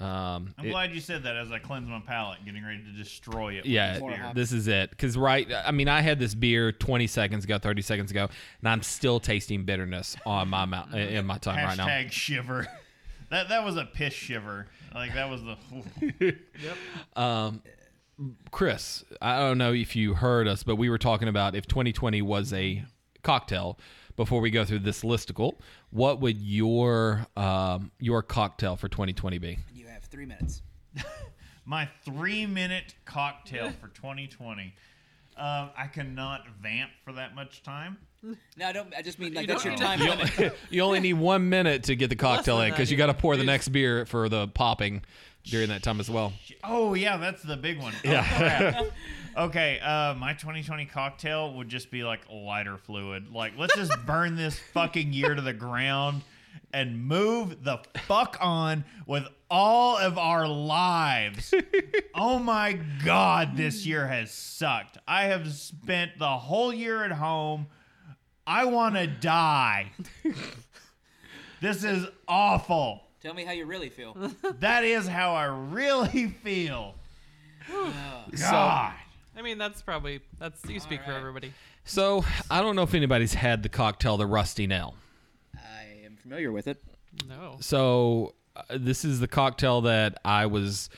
Um,
I'm
it-
glad you said that as I cleanse my palate, getting ready to destroy it. with
yeah,
this beer.
this is it. Because right, I mean, I had this beer 20 seconds ago, 30 seconds ago, and I'm still tasting bitterness on my mouth in my tongue right
Hashtag
now.
shiver. That that was a piss shiver. Like that was the.
Chris, I don't know if you heard us, but we were talking about if 2020 was a cocktail. Before we go through this listicle, what would your um, your cocktail for 2020 be?
You have three minutes.
my three minute cocktail for 2020. Um, I cannot vamp for that much time.
No, I don't. I just mean like
You
that's your
don't
time
need
You
limit.
only, you only need one minute to get the cocktail
than
in
that,
because you
yeah.
got to pour the next beer for the popping during that time as well.
Oh yeah, that's the big one. Oh, crap. okay, uh, my 2020 cocktail would just be like lighter fluid. Like let's just burn this fucking year to the ground and move the fuck on with all of our lives. oh my god, this year has sucked. I have spent the whole year at home. I want to die. this is awful.
Tell me how you really feel.
That is how I really feel. God.
I mean, that's probably that's you speak for
right.
everybody.
So I don't know if anybody's had the cocktail, the Rusty Nail.
I am familiar with it.
No.
So uh, this is the cocktail that I was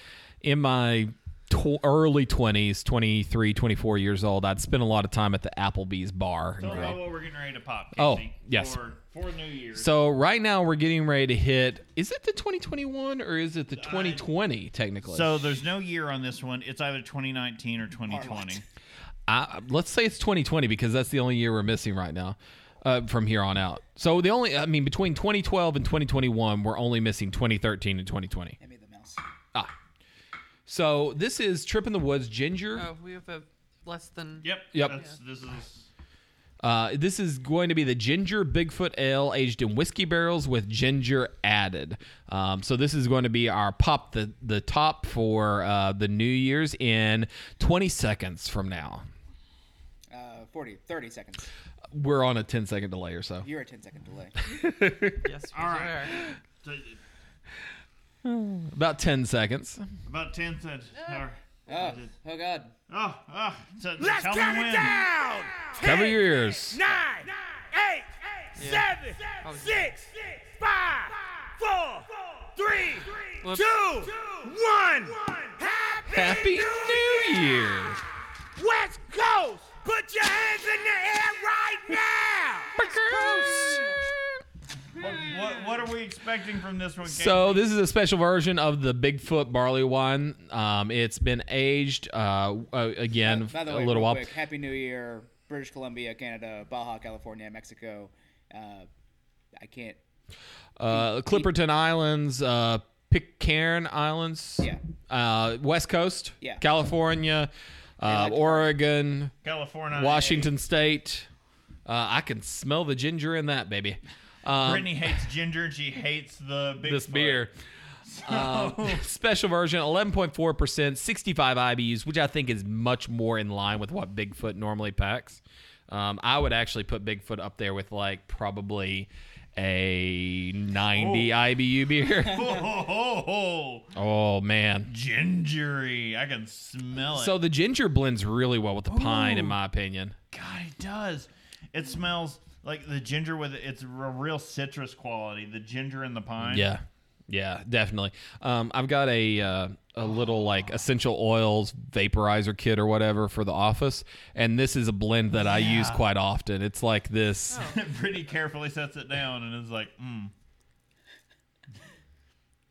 in my tw- early 20s, 23, 24 years old. I'd spent a lot of time at the Applebee's bar. in
Don't
Grove.
know what we're getting ready to pop.
Oh,
Casey,
yes.
For, for New Year's.
So right now we're getting ready to hit. Is it the 2021 or is it the 2020 technically?
So there's no year on this one. It's either 2019 or 2020.
I, let's say it's 2020 because that's the only year we're missing right now. Uh, from here on out. So the only, I mean, between 2012 and 2021, we're only missing 2013 and 2020.
Hand me the mouse.
So this is Trip in the Woods Ginger.
Oh, we have a less than.
Yep.
Yep.
That's, this is
Uh, this is going to be the ginger Bigfoot ale aged in whiskey barrels with ginger added. Um, so this is going to be our pop the the top for uh, the New Year's in 20 seconds from now.
Uh, 40, 30 seconds.
We're on a 10 second delay or so.
You're a 10 second delay.
Yes.
All
we
right.
are.
so
About 10 seconds.
about 10 cents.
Oh, oh God.
Oh, oh. So, Let's tell me when.
Cover your ears.
Nine, eight, seven,
Oh, yeah.
six, five, four, three,
Whoops.
two, one. Happy,
Happy New Year!
West Coast! Put your hands in the air right now!
What, what, what are we expecting from this one? Casey?
So this is a special version of the Bigfoot barley wine. Um, it's been aged uh, uh, again
By the
a
way,
little
real
while.
quick, Happy New Year, British Columbia, Canada, Baja California, Mexico. Uh, I can't.
Uh, Clipperton Islands, uh, Pitcairn Islands,
Yeah.
uh, West Coast,
Yeah.
California, uh,
like-
Oregon,
California,
Washington State. Uh, I can smell the ginger in that baby. Um,
Brittany hates ginger. and She hates the big
this
foot.
beer. Um, special version, 11.4%, 65 IBUs, which I think is much more in line with what Bigfoot normally packs. Um, I would actually put Bigfoot up there with like probably a 90 IBU beer.
Oh, ho, ho, ho.
oh, man.
gingery. I can smell it.
So the ginger blends really well with the pine, in my opinion.
God, it does. It smells like the ginger with it's a real citrus quality. The ginger and the pine.
Yeah. Yeah, definitely. Um, I've got a uh, a little like essential oils vaporizer kit or whatever for the office, and this is a blend that I use quite often. It's like this.
Oh, Brittany carefully sets it down and is like, mm.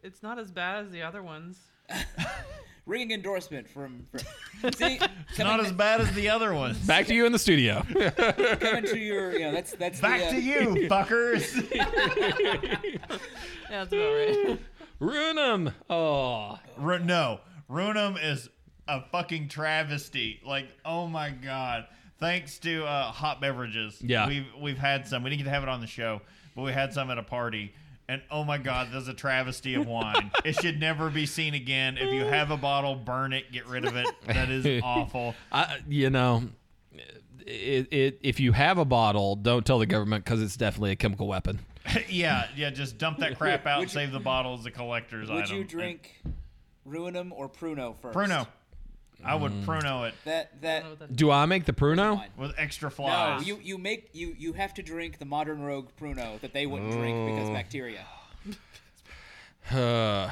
It's not as bad as the other ones.
Ringing endorsement from. from see, coming,
not as bad as the other ones.
Back to you in the studio.
coming to your, you know, that's that's the,
Back
uh,
to you, fuckers.
Yeah, that's about right.
Ruin 'em. Oh,
Ru- no, Runum is a fucking travesty. Like, oh my god. Thanks to uh, hot beverages,
Yeah.
we've we've had some. We didn't get to have it on the show, but we had some at a party. And oh my god, there's a travesty of wine. it should never be seen again. If you have a bottle, burn it, get rid of it. That is awful.
I, you know, it, it, if you have a bottle, don't tell the government because it's definitely a chemical weapon.
yeah, yeah, just dump that crap out.
Would
and
you-
save the bottle as a collector's
Would
item.
you drink Ruinum or Pruno first?
Pruno? I would Pruno it
That that.
Do I make the Pruno?
with extra
No,
flies.
you, you make you you have to drink the modern rogue Pruno that they wouldn't drink because bacteria.
Uh,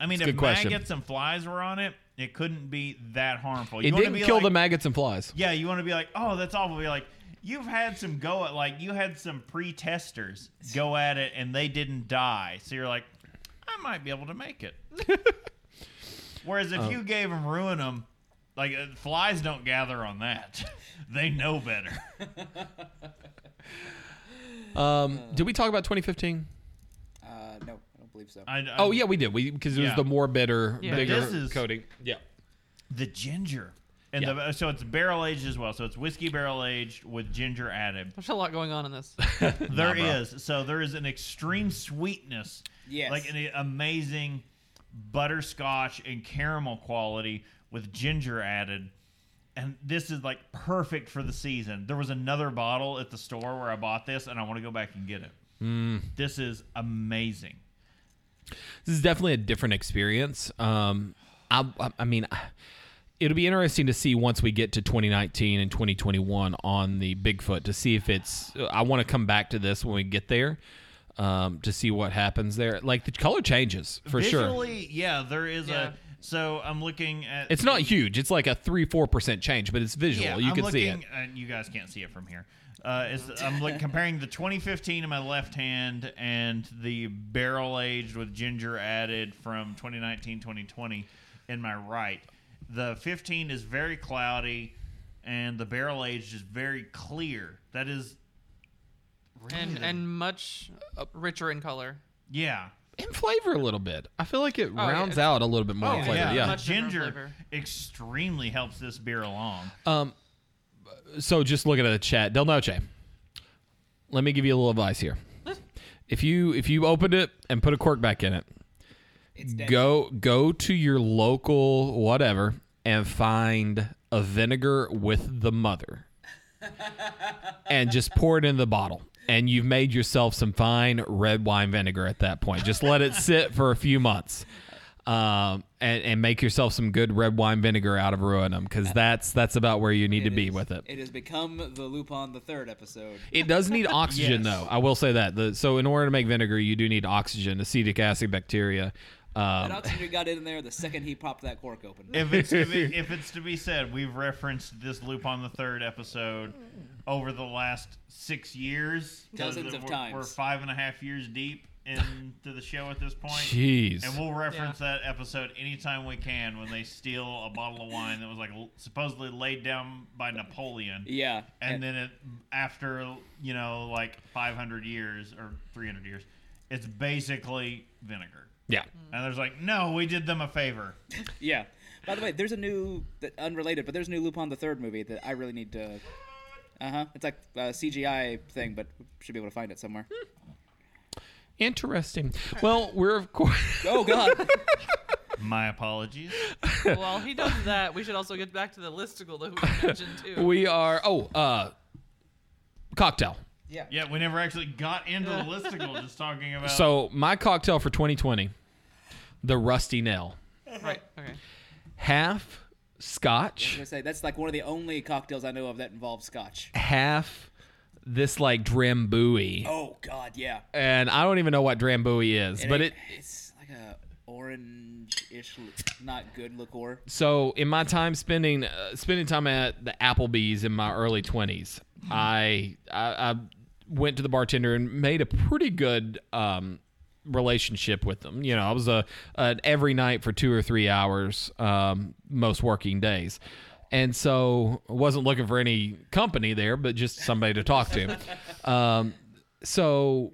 I mean,
a
if
good question.
maggots and flies were on it, it couldn't be that harmful.
it
wanna
didn't
be
kill
like,
the maggots and flies.
Yeah, you want to be like, oh, that's awful. Be like, you've had some go at like you had some pre-testers go at it and they didn't die. So you're like, I might be able to make it. Whereas
Oh.
if you gave them ruin them, like uh, flies don't gather on that. they know better.
Um, did we talk about 2015?
Uh, no, I don't believe so.
I, I,
Oh yeah, we did. We because it was
Yeah.
the more bitter,
Yeah.
bigger
This is-
coating. Yeah.
the ginger. And
Yeah.
the, so it's barrel aged as well. So it's whiskey barrel aged with ginger added.
There's a lot going on in this.
There is So there is an extreme sweetness.
Yes.
Like an amazing butterscotch and caramel quality with ginger added. And this is like perfect for the season. There was another bottle at the store where I bought this, and I want to go back and get it.
Hmm.
This is amazing.
this is definitely a different experience. Um, I, I- I mean, it'll be interesting to see once we get to 2019 and 2021 on the Bigfoot to see if it's. I want to come back to this when we get there um, to see what happens there. Like the color changes for sure.
Visually, yeah, there is
Yeah.
a. So I'm looking at.
It's not huge. It's like a three four percent change, but it's visual.
Yeah,
you
I'm
can
looking,
see it.
Uh, you guys can't see it from here. Uh, it's, I'm look, comparing the 2015 in my left hand and the barrel aged with ginger added from 2019 2020 in my right. The 15 is very cloudy, and the barrel aged is very clear. That is,
and and much uh, richer in color.
yeah.
And flavor a little bit. I feel like it
Oh,
yeah,
rounds
it's-
out a little bit more in flavor.
yeah.
yeah.
The
Much different
ginger
flavor.
extremely helps this beer along.
so just looking at the chat, Del Noche. Let me give you a little advice here. If you if you opened it and put a cork back in it,
it's dead.
go go to your local whatever and find a vinegar with the mother, and just pour it in the bottle. And you've made yourself some fine red wine vinegar at that point. Just let it sit for a few months. um, and, and make yourself some good red wine vinegar out of Ruinum because that's that's about where you need to be
is-
with it.
It has become the Lupin the Third episode.
It does need oxygen,
Yes.
though. I will say that. The, so, in order to make vinegar, you do need oxygen, acetic acid, bacteria.
That
Um,
oxygen got in there the second he popped that cork open.
If it's to be, if it's to be said, we've referenced this loop on the third episode over the last six years.
Dozens of
we're,
times.
We're five and a half years deep into the show at this point.
jeez.
And we'll reference that episode anytime we can when they steal a bottle of wine that was like l- supposedly laid down by Napoleon.
yeah.
And then it, after, you know, like 500 years or 300 years, it's basically vinegar.
yeah.
And there's like, no, we did them a favor.
yeah. By the way, there's a new that- unrelated, but there's a new Lupin the Third movie that I really need to. Uh huh. It's like a CGI thing, but we should be able to find it somewhere.
Interesting. Well, we're, of course.
oh God.
My apologies.
While he does that, we should also get back to the listicle that we mentioned too.
We are. Oh, uh, cocktail.
Yeah, we never actually got into the listicle just talking about.
So, my cocktail for 2020, the Rusty Nail.
right. Okay.
Half
I
scotch,
was gonna say that's like one of the only cocktails I know of that involves scotch.
half this like drambuie.
Oh God, yeah.
And I don't even know what drambuie is, but it.
it's like a orange-ish, li- not good liqueur.
so in my time spending uh, spending time at the Applebee's in my early twenties, I, I I went to the bartender and made a pretty good um, relationship with them. You know, I was a, an every night for two or three hours um, most working days, and so I wasn't looking for any company there, but just somebody to talk to. um, so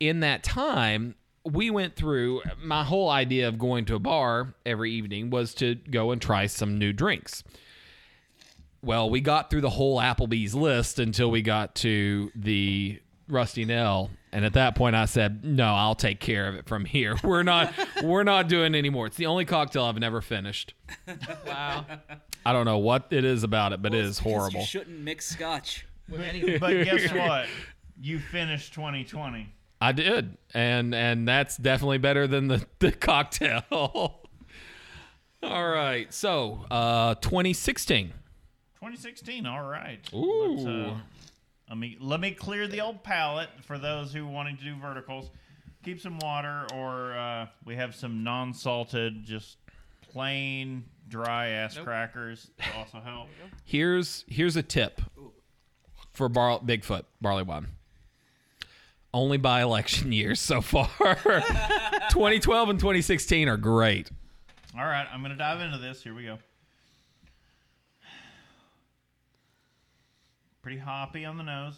in that time, we went through my whole idea of going to a bar every evening was to go and try some new drinks. Well, we got through the whole Applebee's list until we got to the Rusty Nail, and at that point I said, "No, I'll take care of it from here. We're not we're not doing anymore. It's the only cocktail I've never finished.
Wow.
I don't know what it is about it, but it is
Because
horrible."
You shouldn't mix scotch.
But guess what? You finished 2020.
I did, and and that's definitely better than the the cocktail. All right, so uh, 2016.
2016, all right.
Ooh.
Let's, uh, let me let me clear the old palate for those who wanting to do verticals. Keep some water, or uh, we have some non-salted, just plain dry ass crackers to also help.
Here's here's a tip for bar- Bigfoot barley wine. Only by election years so far. 2012 and 2016 are great.
All right, I'm gonna dive into this. Here we go. Pretty hoppy on the nose.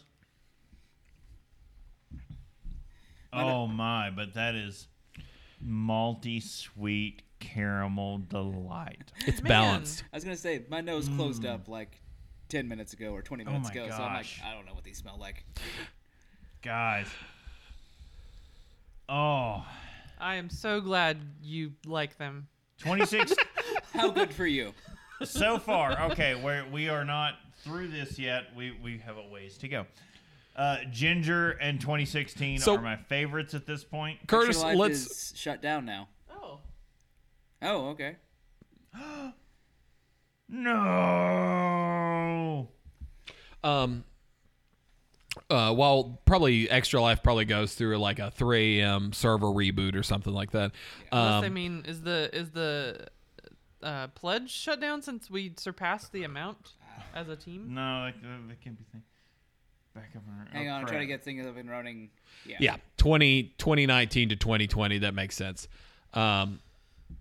Oh my, but that is malty sweet caramel delight.
It's balanced.
I was gonna say my nose closed up like ten minutes ago or twenty minutes
Hmm. Oh my
ago, so I'm like,
gosh.
I don't know what these smell like.
Guys. Oh.
I am so glad you like them.
26
How good for you?
so far. Okay, we're, we are not through this yet. We we have a ways to go. Uh, Ginger and 2016
So-
are my favorites at this point.
Curtis,
Your life
let's
is shut down now.
Oh.
Oh, okay.
No.
um uh while probably extra life probably goes through like a 3 a.m server reboot or something like that
Plus, I
um,
mean, is the is the uh, pledge shut down since we surpassed the amount as a team?
No, like that, that can't be thing. Back up and
Hang
oh,
on, I'm
crap.
trying to get things up and running. Yeah.
yeah 20 2019 to 2020 that makes sense um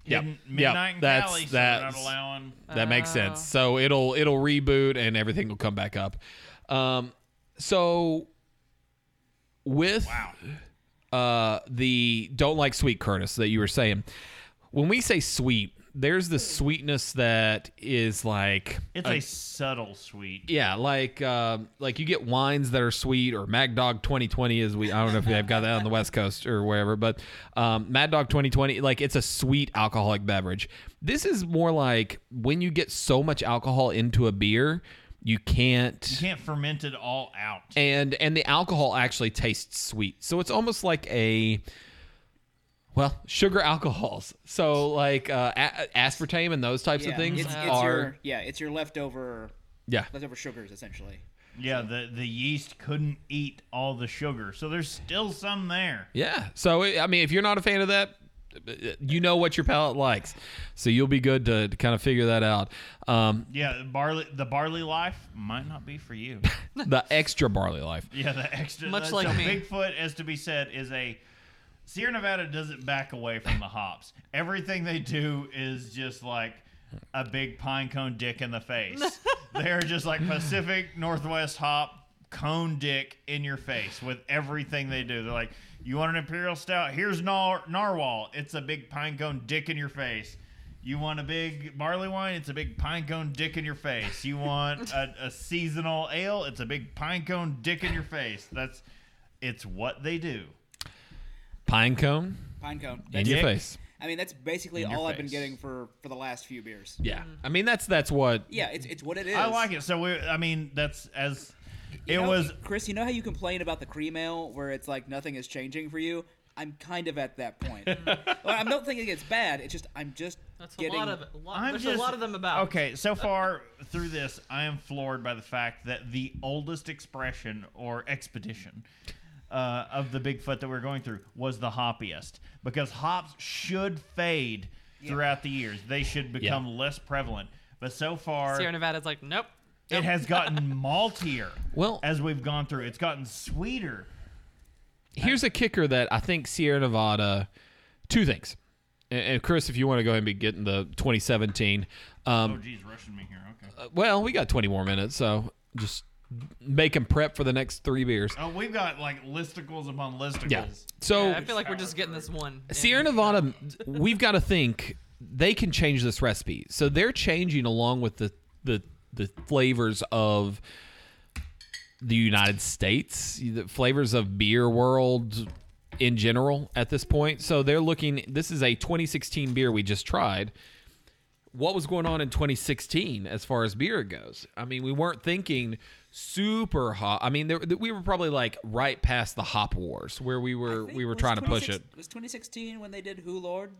yeah
Hidden-
yeah
Midnight in
that's
Cali, so they're
that's
not allowing.
that makes sense so it'll it'll reboot and everything will come back up um so with uh the don't like sweet curtis that you were saying when we say sweet there's this sweetness that is like
It's a subtle sweet.
yeah, like um, like you get wines that are sweet, or Mad Dog 2020 is we. I don't know if they've got that on the West Coast or wherever, but um, Mad Dog 2020, like it's a sweet alcoholic beverage. This is more like when you get so much alcohol into a beer, you can't
Can't ferment it all out.
and and the alcohol actually tastes sweet. So it's almost like a Well, sugar alcohols. So like uh, a- aspartame and those types
Yeah,
of things
It's, it's
are
your yeah, it's your leftover
yeah.
leftover sugars essentially.
Yeah, the the yeast couldn't eat all the sugar, so there's still some there.
Yeah. So I I mean, if you're not a fan of that, you know what your palate likes, so you'll be good to, to kind of figure that out. Um,
Yeah, the barley the barley life might not be for you.
the extra barley life.
Yeah, the extra
Much
so
like me.
Bigfoot, as to be said, is a Sierra Nevada doesn't back away from the hops. Everything they do is just like a big pine cone dick in the face. They're just like Pacific Northwest hop cone dick in your face with everything they do. They're like, you want an imperial stout? Here's nar- narwhal. It's a big pine cone dick in your face. You want a big barley wine? It's a big pine cone dick in your face. You want a, a seasonal ale? It's a big pine cone dick in your face. That's it's what they do.
Pine cone
Pinecone.
in
That's,
your
Dick.
face.
I mean, that's basically
In your
all I've been
face.
getting for for the last few beers.
Yeah. I mean, that's that's what.
Yeah, it's it's what it is.
I like it. So we, I mean, that's as it
You know-
was.
Chris. You know how you complain about the cream ale, where it's like nothing is changing for you. I'm kind of at that point. well, I'm not thinking it's bad. It's just I'm just
That's
getting
a lot of it. A lot-
I'm
there's
just,
a lot of them about.
Okay, so far through this, I am floored by the fact that the oldest expression or expedition uh, of the Bigfoot that we're going through was the hoppiest because hops should fade throughout the years. They should become less prevalent. But so far,
Sierra Nevada's like, nope.
it has gotten maltier
Well-
as we've gone through. It's gotten sweeter.
Here's a kicker that I think Sierra Nevada. Two things. And, and Chris, if you want to go ahead and be getting the 2017. Um,
Oh, geez, rushing me here. Okay.
Well, we got 20 more minutes, so just make him prep for the next three beers.
Oh, we've got like listicles upon listicles.
Yeah. So
I feel like we're just getting this one. in.
Sierra Nevada, we've got to think they can change this recipe. So they're changing along with the the the flavors of the United States, the flavors of beer world in general at this point. So they're looking this is a 2016 beer we just tried. What was going on in 2016 as far as beer goes? I mean, we weren't thinking super hot. I mean, there, we were probably like right past the hop wars where we were we were trying to push it.
Was 2016 when they did Who Lord?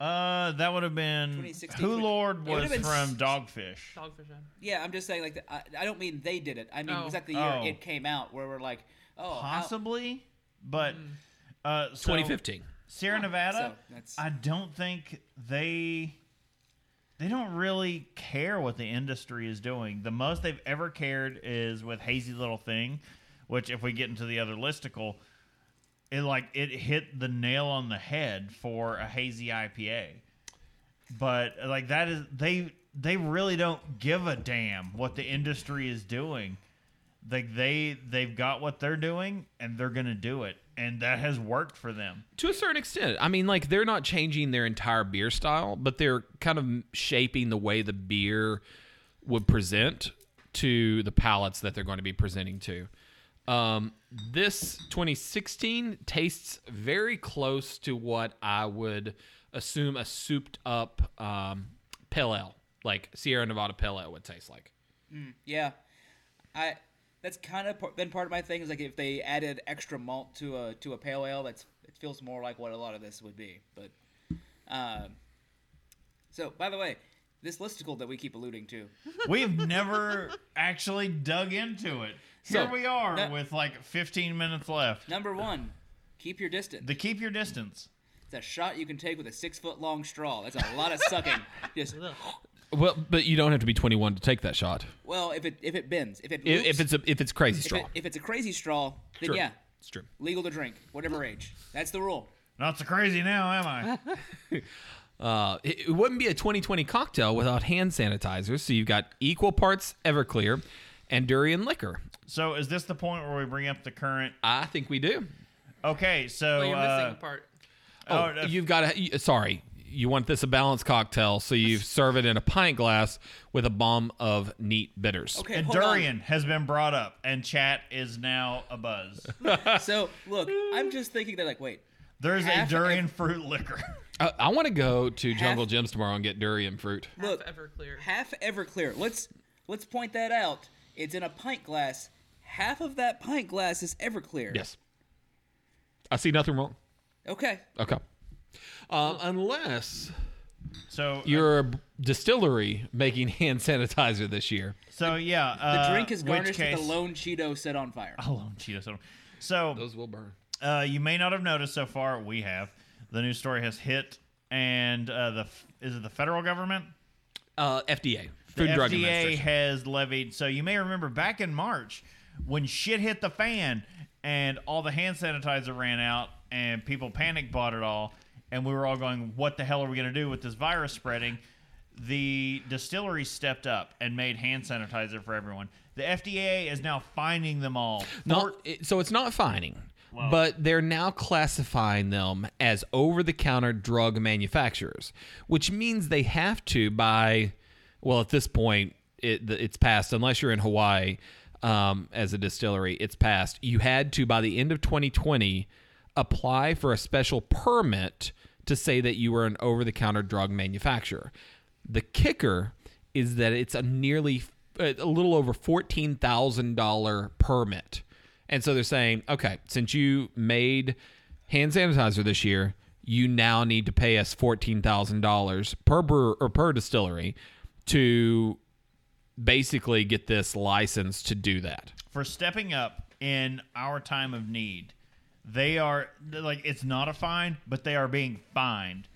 Uh, that would have been
2016,
Who Lord
it
was
would have been
from
s-
Dogfish.
Dogfish Head.
Yeah, I'm just saying like the, I, I don't mean they did it. I mean
Oh.
was that the year
Oh.
it came out where we're like, oh, how-
Possibly, but
Mm.
uh, so
2015.
Sierra Nevada.
So, that's-
I don't think they they don't really care what the industry is doing. The most they've ever cared is with Hazy Little Thing, which if we get into the other listicle, it like it hit the nail on the head for a hazy IPA. But like that is they they really don't give a damn what the industry is doing. Like they they've got what they're doing and they're gonna do it. And that has worked for them.
to a certain extent. I mean, like they're not changing their entire beer style, but they're kind of shaping the way the beer would present to the palates that they're going to be presenting to. Um, this 2016 tastes very close to what I would assume a souped up um, pale ale, like Sierra Nevada pale ale would taste like.
yeah, I that's kind of par- been part of my thing is like if they added extra malt to a to a pale ale, that's it feels more like what a lot of this would be. But, um, so by the way, this listicle that we keep alluding to,
We've never actually dug into it. Here
So-
we are
No.
with like 15 minutes left.
number one, keep your distance.
The keep your distance.
it's a shot you can take with a six foot long straw. That's a lot of sucking. Just
Well, but you don't have to be 21 to take that shot.
well, if it if it bends, if it
If,
loops-
if it's a, if it's crazy
if, it,
strong,
if it's a crazy straw, then
Sure.
yeah,
it's true.
legal to drink, whatever age. That's the rule.
Not so crazy now, am I?
Uh, it, it wouldn't be a 2020 cocktail without hand sanitizers. So you've got equal parts Everclear and durian liquor.
so, is this the point where we bring up the current?
I think we do.
Okay, so
Well, you're missing
uh,
a part.
Oh,
uh,
you've got a you- sorry. You want this a balanced cocktail, so you serve it in a pint glass with a bomb of neat bitters.
Okay,
and
hold on.
durian has been brought up, and chat is now a buzz.
So look, I'm just thinking they're like, wait,
There's a
Half-
durian fruit liquor.
I, Uh, I want to go to Jungle
Half-
Gyms tomorrow and get durian fruit.
look,
Half Everclear.
half Everclear. Let's let's point that out. It's in a pint glass. Half of that pint glass is Everclear.
Yes, I see nothing wrong.
Okay.
Okay. Um, unless
So
you're a distillery making hand sanitizer this year.
so yeah.
The
Uh,
drink is
which
garnished
case,
with a lone Cheeto set on fire.
alone Cheetos. I don't- So
Those will burn.
Uh, you may not have noticed so far, we have. The news story has hit, and uh, the f- is it the federal government?
Uh, FDA,
The
Food and Drug
FDA
Administration.
has levied. So you may remember back in March when shit hit the fan and all the hand sanitizer ran out and people panic bought it all, and we were all going, "What the hell are we going to do with this virus spreading?" The distillery stepped up and made hand sanitizer for everyone. The FDA is now finding them all.
Not, it- so it's not fining, but they're now classifying them as over-the-counter drug manufacturers, which means they have to by, well, at this point, it, the- it's passed unless you're in Hawaii um, as a distillery. It's passed. You had to by the end of 2020 apply for a special permit to say that you were an over-the-counter drug manufacturer. The kicker is that it's a nearly uh, a little over fourteen thousand dollar permit, and so they're saying, okay, since you made hand sanitizer this year, you now need to pay us fourteen thousand dollars per brewer or per distillery to basically get this license to do that.
for stepping up in our time of need. They are they're like it's not a fine, but they are being fined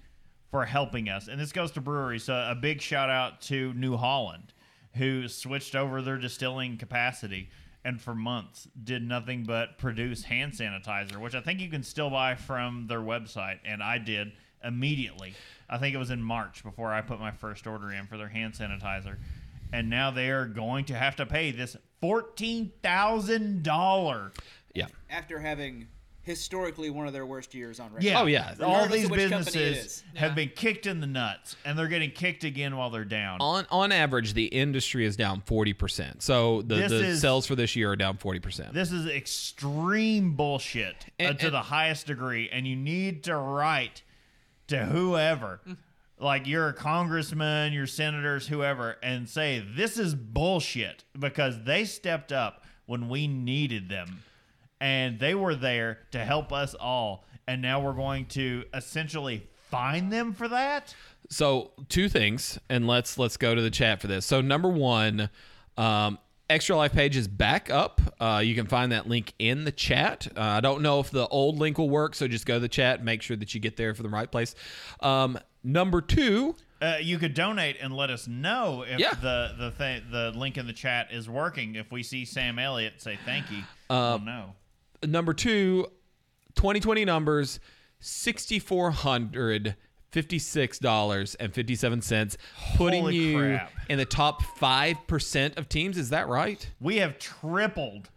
for helping us. And this goes to breweries. So a big shout out to New Holland, who switched over their distilling capacity and for months did nothing but produce hand sanitizer, which I think you can still buy from their website. And I did immediately. I think it was in March before I put my first order in for their hand sanitizer. And now they are going to have to pay this $14,000.
Yeah.
After having historically one of their worst years on record.
Yeah.
Oh, yeah.
All
Regardless
these
of which company it
businesses
is.
have been kicked in the nuts, and they're getting kicked again while they're down.
On on average, the industry is down forty percent. So the,
This
the
is-
sales for this year are down forty percent.
This is extreme bullshit uh,
And-
to
and-
the highest degree, and you need to write to whoever,
Mm-hmm.
like your congressman, your senators, whoever, and say this is bullshit because they stepped up when we needed them, and they were there to help us all, and now we're going to essentially fine them for that.
So two things, and let's let's go to the chat for this. So number one, um, Extra Life page is back up. Uh, you can find that link in the chat. Uh, I don't know if the old link will work, so just go to the chat. Make sure that you get there for the right place. Um, number two,
Uh, you could donate and let us know if
Yeah.
the the th- the link in the chat is working. If we see Sam Elliott, say thank you. Uh, no.
number two, 2020 numbers, sixty four hundred fifty six dollars and fifty seven cents, putting
Holy
you
crap.
in the top five percent of teams. Is that right?
We have tripled.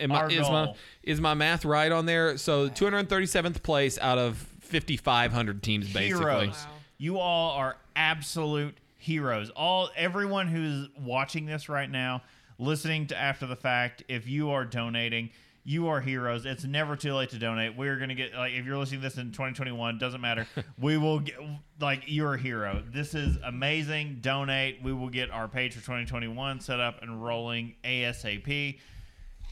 Am I,
our
is my
goal.
is my math right on there? So 237th place out of 5,500 teams, basically.
heroes. You all are absolute heroes. All everyone who's watching this right now, listening to after the fact, if you are donating, you are heroes. It's never too late to donate. We're gonna get like if you're listening to this in 2021, doesn't matter. we will get like you're a hero. This is amazing. Donate. We will get our page for 2021 set up and rolling ASAP.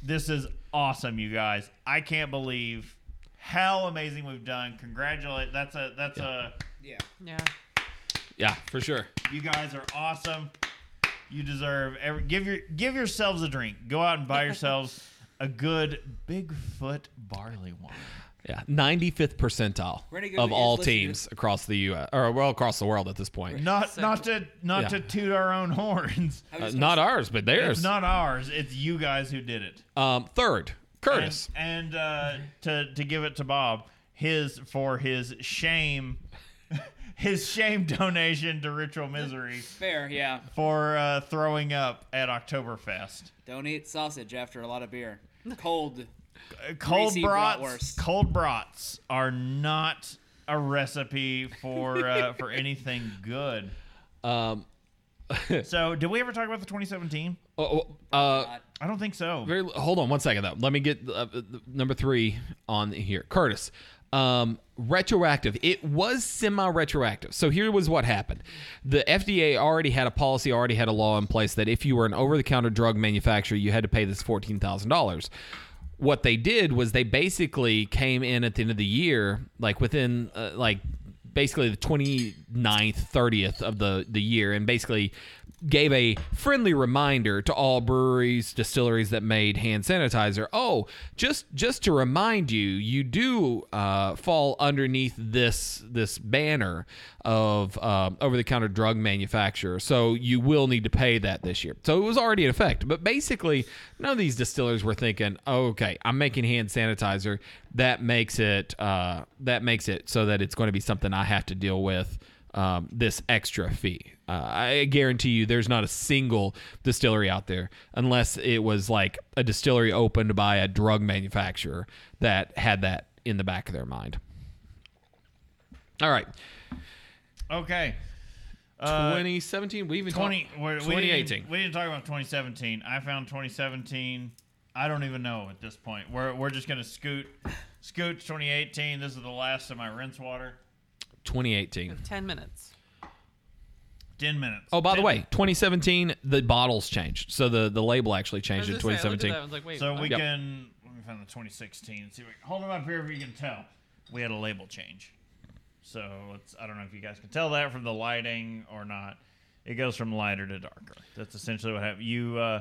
This is awesome, you guys. I can't believe how amazing we've done. Congratulate. That's a that's
Yeah.
Yeah.
Yeah, for sure.
a you guys are awesome. You deserve every give your give yourselves a drink. Go out and buy yourselves a good Bigfoot barley wine.
Yeah, 95th percentile
We're gonna go
of
to
all
is listen to-
teams across the U.S. or well across the world at this point.
Not not to not
Yeah.
to toot our own horns.
I
Uh,
was just
not ours, but
It's
theirs.
not ours. It's you guys who did it.
um, third, Curtis.
And, and uh, to to give it to Bob, his for his shame, his shame donation to Ritual Misery
fair, yeah.
for uh, throwing up at Oktoberfest.
Don't eat sausage after a lot of beer. Cold.
Uh, Cold
Greasy
brats,
bratwurst.
cold brats are not a recipe for uh, for anything good.
um,
So, did we ever talk about the 2017?
oh, oh, uh,
I don't think so.
very, hold on one second though. Let me get uh, uh, number three on here, Curtis. Um, retroactive. It was semi-retroactive. So here was what happened: the FDA already had a policy, already had a law in place that if you were an over-the-counter drug manufacturer, you had to pay this fourteen thousand dollars. what they did was they basically came in at the end of the year, like within uh, like basically the 29th, 30th of the, the year, and basically gave a friendly reminder to all breweries, distilleries that made hand sanitizer. Oh, just just to remind you, you do uh, fall underneath this this banner of um, over the counter drug manufacturer, so you will need to pay that this year. So it was already in effect, but basically none of these distillers were thinking, oh, okay, I'm making hand sanitizer. That makes it uh, that makes it so that it's going to be something I have to deal with um, this extra fee. Uh, I guarantee you, there's not a single distillery out there, unless it was like a distillery opened by a drug manufacturer that had that in the back of their mind. All right,
Okay. Uh,
2017. We even
20,
talked-
we- we didn't-
2018.
We didn't talk about 2017. I found 2017. I don't even know at this point. We're, we're just going to scoot scoot to 2018. This is the last of my rinse water.
2018.
10 minutes.
10 minutes.
Oh, by the
10
way, 2017. The bottles changed, so the the label actually
I was
changed in
gonna say, I looked at
2017.
that, I was like, wait,
So
what?
we
Yep.
can let me find the 2016. See, if we, hold them up here if you can tell. We had a label change. So it's, I don't know if you guys can tell that from the lighting or not. It goes from lighter to darker. That's essentially what happened. You uh,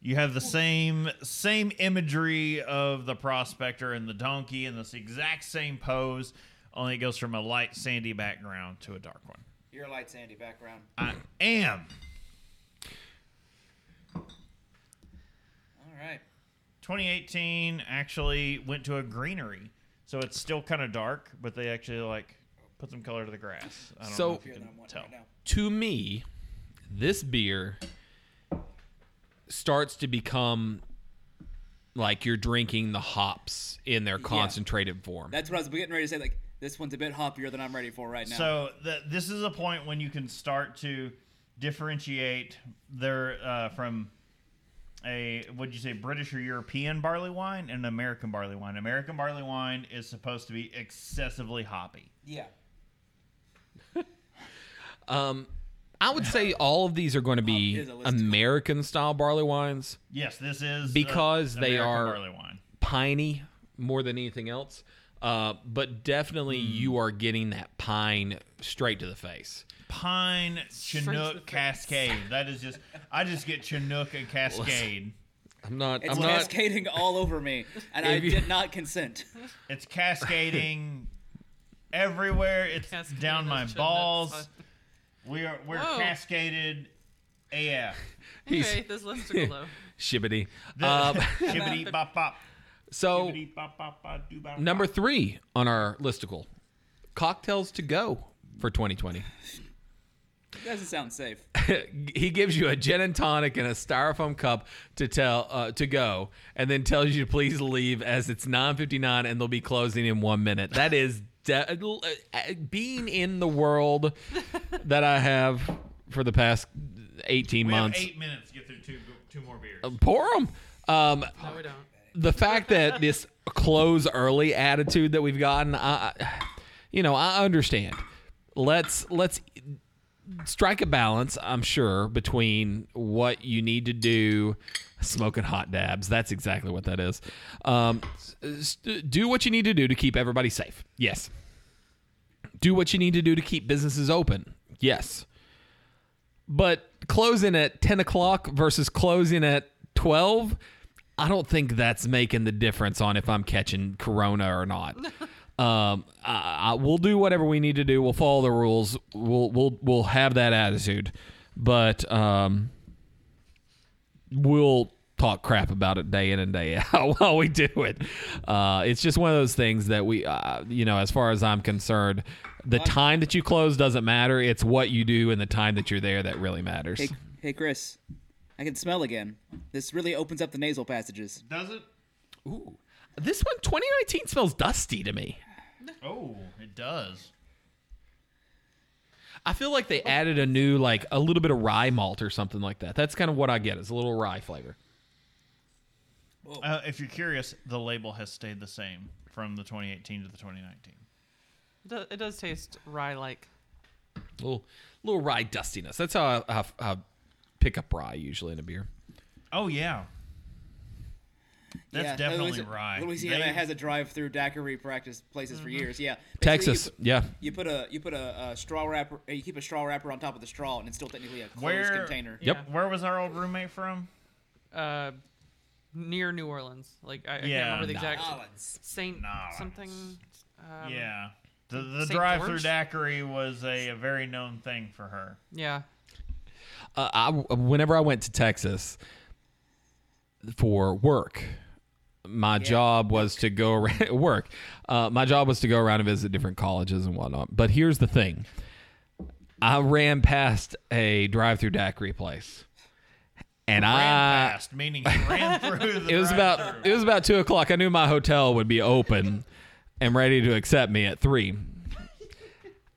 you have the same same imagery of the prospector and the donkey in this exact same pose. Only it goes from a light sandy background to a dark one.
You're a light sandy background.
I am
All right.
2018 actually went to a greenery, so it's still kind of dark, but they actually like put some color to the grass. I don't
So-
know if you
Beer that
can
I'm wanting
tell.
right now.
to me, this beer starts to become like you're drinking the hops in their concentrated form.
That's what I was getting ready to say. Like this one's a bit hoppier than I'm ready for right now.
So th this is a point when you can start to differentiate their uh, from a would you say British or European barley wine and an American barley wine. American barley wine is supposed to be excessively hoppy.
yeah.
I would say all of these are going to
Hop
be
is a list.
American style barley wines,
Yes, this is uh,
Because they
American
are-
barley wine.
piney more than anything else. Uh, but definitely,
Hmm.
you are getting that pine straight to the face.
Pine
to the
Chinook
face.
Cascade. That is just I just get Chinook and Cascade.
I'm not.
It's
I'm not.
cascading all over me, and I
If you-
did not consent.
It's cascading everywhere. It's
Cascading
down
those
my
chestnuts.
balls. We are we're
Whoa.
cascaded AF.
He's-
Anyway, this list took a low.
Shibbity. Um,
Shibbity bop bop.
so
Shibbity bop bop bop doo bop.
number
bop.
three on our listicle: cocktails to go for 2020.
doesn't sound safe.
he gives you a gin and tonic and a styrofoam cup to tell uh, to go, and then tells you to please leave as it's 9:59 and they'll be closing in one minute. That is de- uh, being in the world that I have for the past 18
we
months.
have eight minutes to get through two two more beers.
Pour 'em. Um,
No, we don't.
the fact that this close early attitude that we've gotten, I, I- you know, I understand. Let's let's strike a balance. I'm sure between what you need to do, smoking hot dabs. That's exactly what that is. Um, s- s- do what you need to do to keep everybody safe. Yes. Do what you need to do to keep businesses open. Yes. But closing at 10 o'clock versus closing at 12, I don't think that's making the difference on if I'm catching Corona or not. um, I, I, we'll do whatever we need to do. We'll follow the rules. We'll we'll we'll have that attitude, but um, we'll talk crap about it day in and day out while we do it. Uh, it's just one of those things that we, uh, you know, as far as I'm concerned, the time that you close doesn't matter. It's what you do and the time that you're there that really matters.
Hey, hey, Chris, I can smell again. This really opens up the nasal passages.
Does it?
Ooh. This one, 2019, smells dusty to me.
Oh, it does.
I feel like they added a new, like a little bit of rye malt or something like that. That's kind of what I get. It's a little rye flavor.
Uh, if you're curious, the label has stayed the same from the 2018 to the 2019.
It does, it does taste rye like.
A little, little rye dustiness. That's how I, how I pick up rye usually in a beer.
Oh yeah. Oh, That's
yeah,
definitely
Louisiana,
right.
Louisiana
They- Mm-hmm.
has a drive-through daiquiri practice places for years. Yeah, Basically,
Texas,
You, put-
yeah.
you put a you put a, a straw wrapper. uh, You keep a straw wrapper on top of the straw, and it's still technically a closed
Where-
container.
Yep.
Yeah.
Where was our old roommate from?
Uh, near New Orleans. Like I,
Yeah.
I can't remember the exact
Collins.
Saint
New Orleans.
something. Um,
yeah. The, the
St.
drive through
George?
daiquiri was a, a very known thing for her.
Yeah.
uh, I, whenever I went to Texas for work, my job was to go around work. Uh, my job was to go around and visit different colleges and whatnot. But here's the thing: I ran past a drive-through daiquiri place, and
Ran
I
past, meaning he ran through the
Uh, it was about
drive-thru.
it was about two o'clock. I knew my hotel would be open and ready to accept me at three.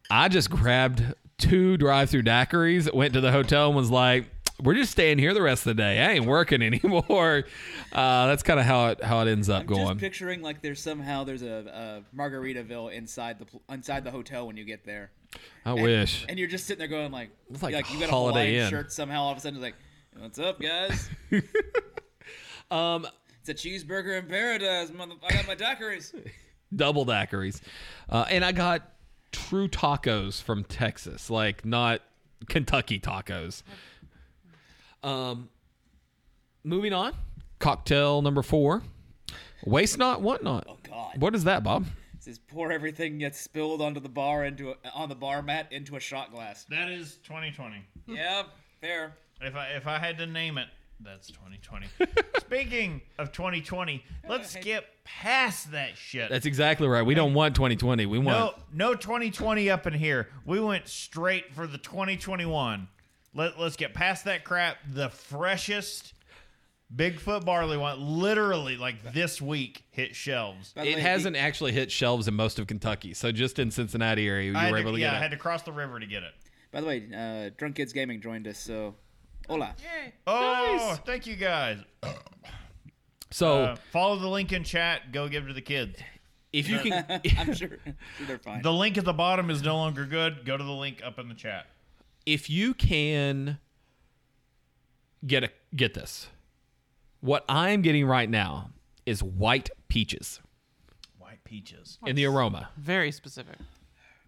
I just grabbed two drive-through daiquiris, went to the hotel, and was like, "We're just staying here the rest of the day. I ain't working anymore." Uh, that's kind of how it how it ends up
I'm
going.
just picturing like there's somehow there's a, a Margaritaville inside the pl- inside the hotel when you get there,
I wish.
and you're just sitting there going like,
It's like
you got a
Holiday
Hawaiian
Inn.
shirt somehow all of a sudden it's like, what's up guys?
Um,
It's a cheeseburger in paradise, mother. I got my daiquiris.
double daiquiris, uh, and I got true tacos from Texas, like not Kentucky tacos. Um, moving on, cocktail number four, waste not, want not.
Oh God.
What is that, Bob?
It says pour everything that's spilled onto the bar into a, on the bar mat into a shot glass.
That is 2020.
yeah, fair.
If I if I had to name it, that's 2020. Speaking of 2020, let's skip past that shit.
That's exactly right. We don't want 2020. We
no
want
no 2020 up in here. We went straight for the 2021. Let let's get past that crap. The freshest Bigfoot barley wine, literally like this week, hit shelves.
By the
it
way,
hasn't actually hit shelves in most of Kentucky. So just in Cincinnati area, you
I had
were
to-
able to
yeah, I
get
had
it.
to cross the river to get it.
By the way, uh, Drunk Kids Gaming joined us, so hola.
Yay.
Oh,
Nice.
thank you guys.
So
Uh, follow the link in chat. Go give it to the kids.
if you can,
I'm sure they're fine.
The link at the bottom is no longer good. Go to the link up in the chat.
if you can get a get this what i'm getting right now is white peaches
White peaches.
in the aroma
Very specific.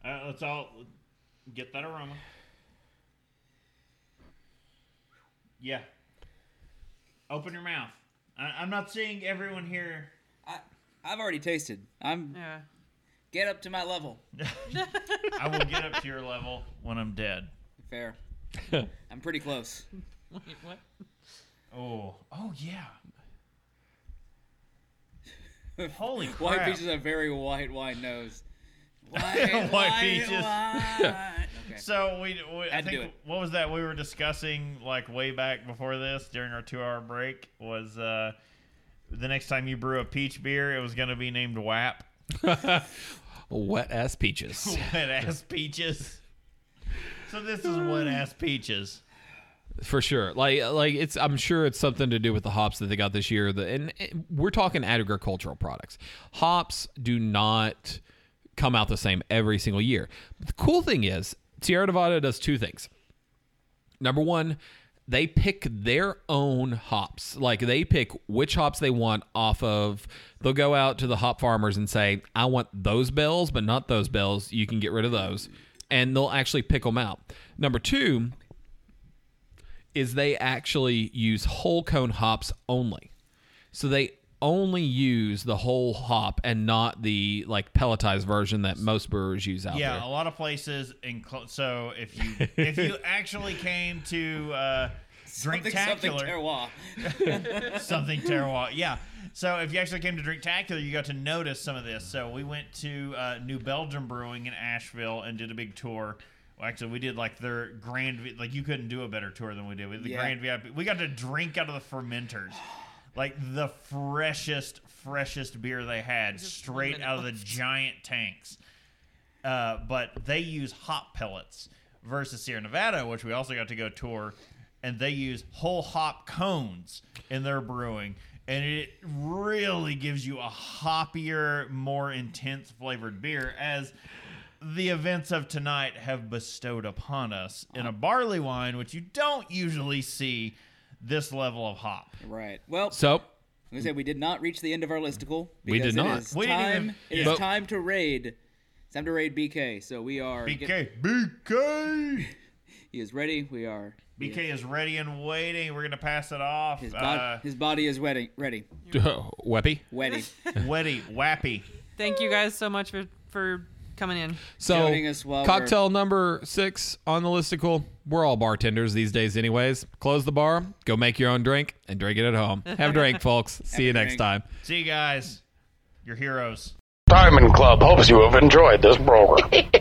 Uh, let's all get that aroma. Yeah. Open your mouth. I- I'm not seeing everyone here.
I, I've already tasted. I'm
Yeah.
get up to my level.
I will get up to your level when I'm dead.
Fair. I'm pretty close.
Wait, what?
Oh. Oh yeah. Holy crap!
White peaches have a very white wine nose. White,
White
white
peaches.
wine. Okay.
So we, we I
Had to do
think what was that we were discussing like way back before this during our two-hour break was uh, the next time you brew a peach beer, it was going to be named WAP,
wet ass peaches
wet ass peaches. So this is wet ass peaches.
for sure like like it's i'm sure it's something to do with the hops that they got this year the, and, and we're talking agricultural products hops do not come out the same every single year but the cool thing is sierra nevada does two things number one they pick their own hops like they pick which hops they want off of they'll go out to the hop farmers and say i want those bells but not those bells you can get rid of those and they'll actually pick them out number two is they actually use whole cone hops only so they only use the whole hop and not the like pelletized version that most brewers use out
Yeah,
there
a lot of places. In cl- so if you if you actually came to uh, drink
Something, something
tacular,
terroir.
something terroir. Yeah. So if you actually came to drink Tacular, you got to notice some of this. So we went to uh, New Belgium Brewing in Asheville and did a big tour. Well, actually, we did like their grand, V- like you couldn't do a better tour than we did. We did the
Yeah.
grand VIP. We got to drink out of the fermenters, like the freshest, freshest beer they had, straight
minute
out of the giant tanks. Uh, but they use hop pellets versus Sierra Nevada, which we also got to go tour, and they use whole hop cones in their brewing, and it really gives you a hoppier, more intense flavored beer as the events of tonight have bestowed upon us in a barley wine, which you don't usually see this level of hop.
Right. Well,
so
I'm gonna say we did not reach the end of our listicle.
We did
because
not.
It is
We didn't
time,
even-
it is
But-
time to raid. It's time to raid BK. So we are. get-
BK. BK.
he is ready. We are.
BK is ready and waiting. We're gonna pass it off.
His, bod-
Uh,
his body is ready. Ready.
Weppy.
Ready.
Weddy, wappy.
Thank you guys so much for for coming in.
So
Joining us while
cocktail number six on the listicle. We're all bartenders these days, anyways. Close the bar, go make your own drink, and drink it at home. Have a drink, folks. See you
Have a
next
drink.
time.
See you guys. You're heroes.
Diamond Club hopes you have enjoyed this program.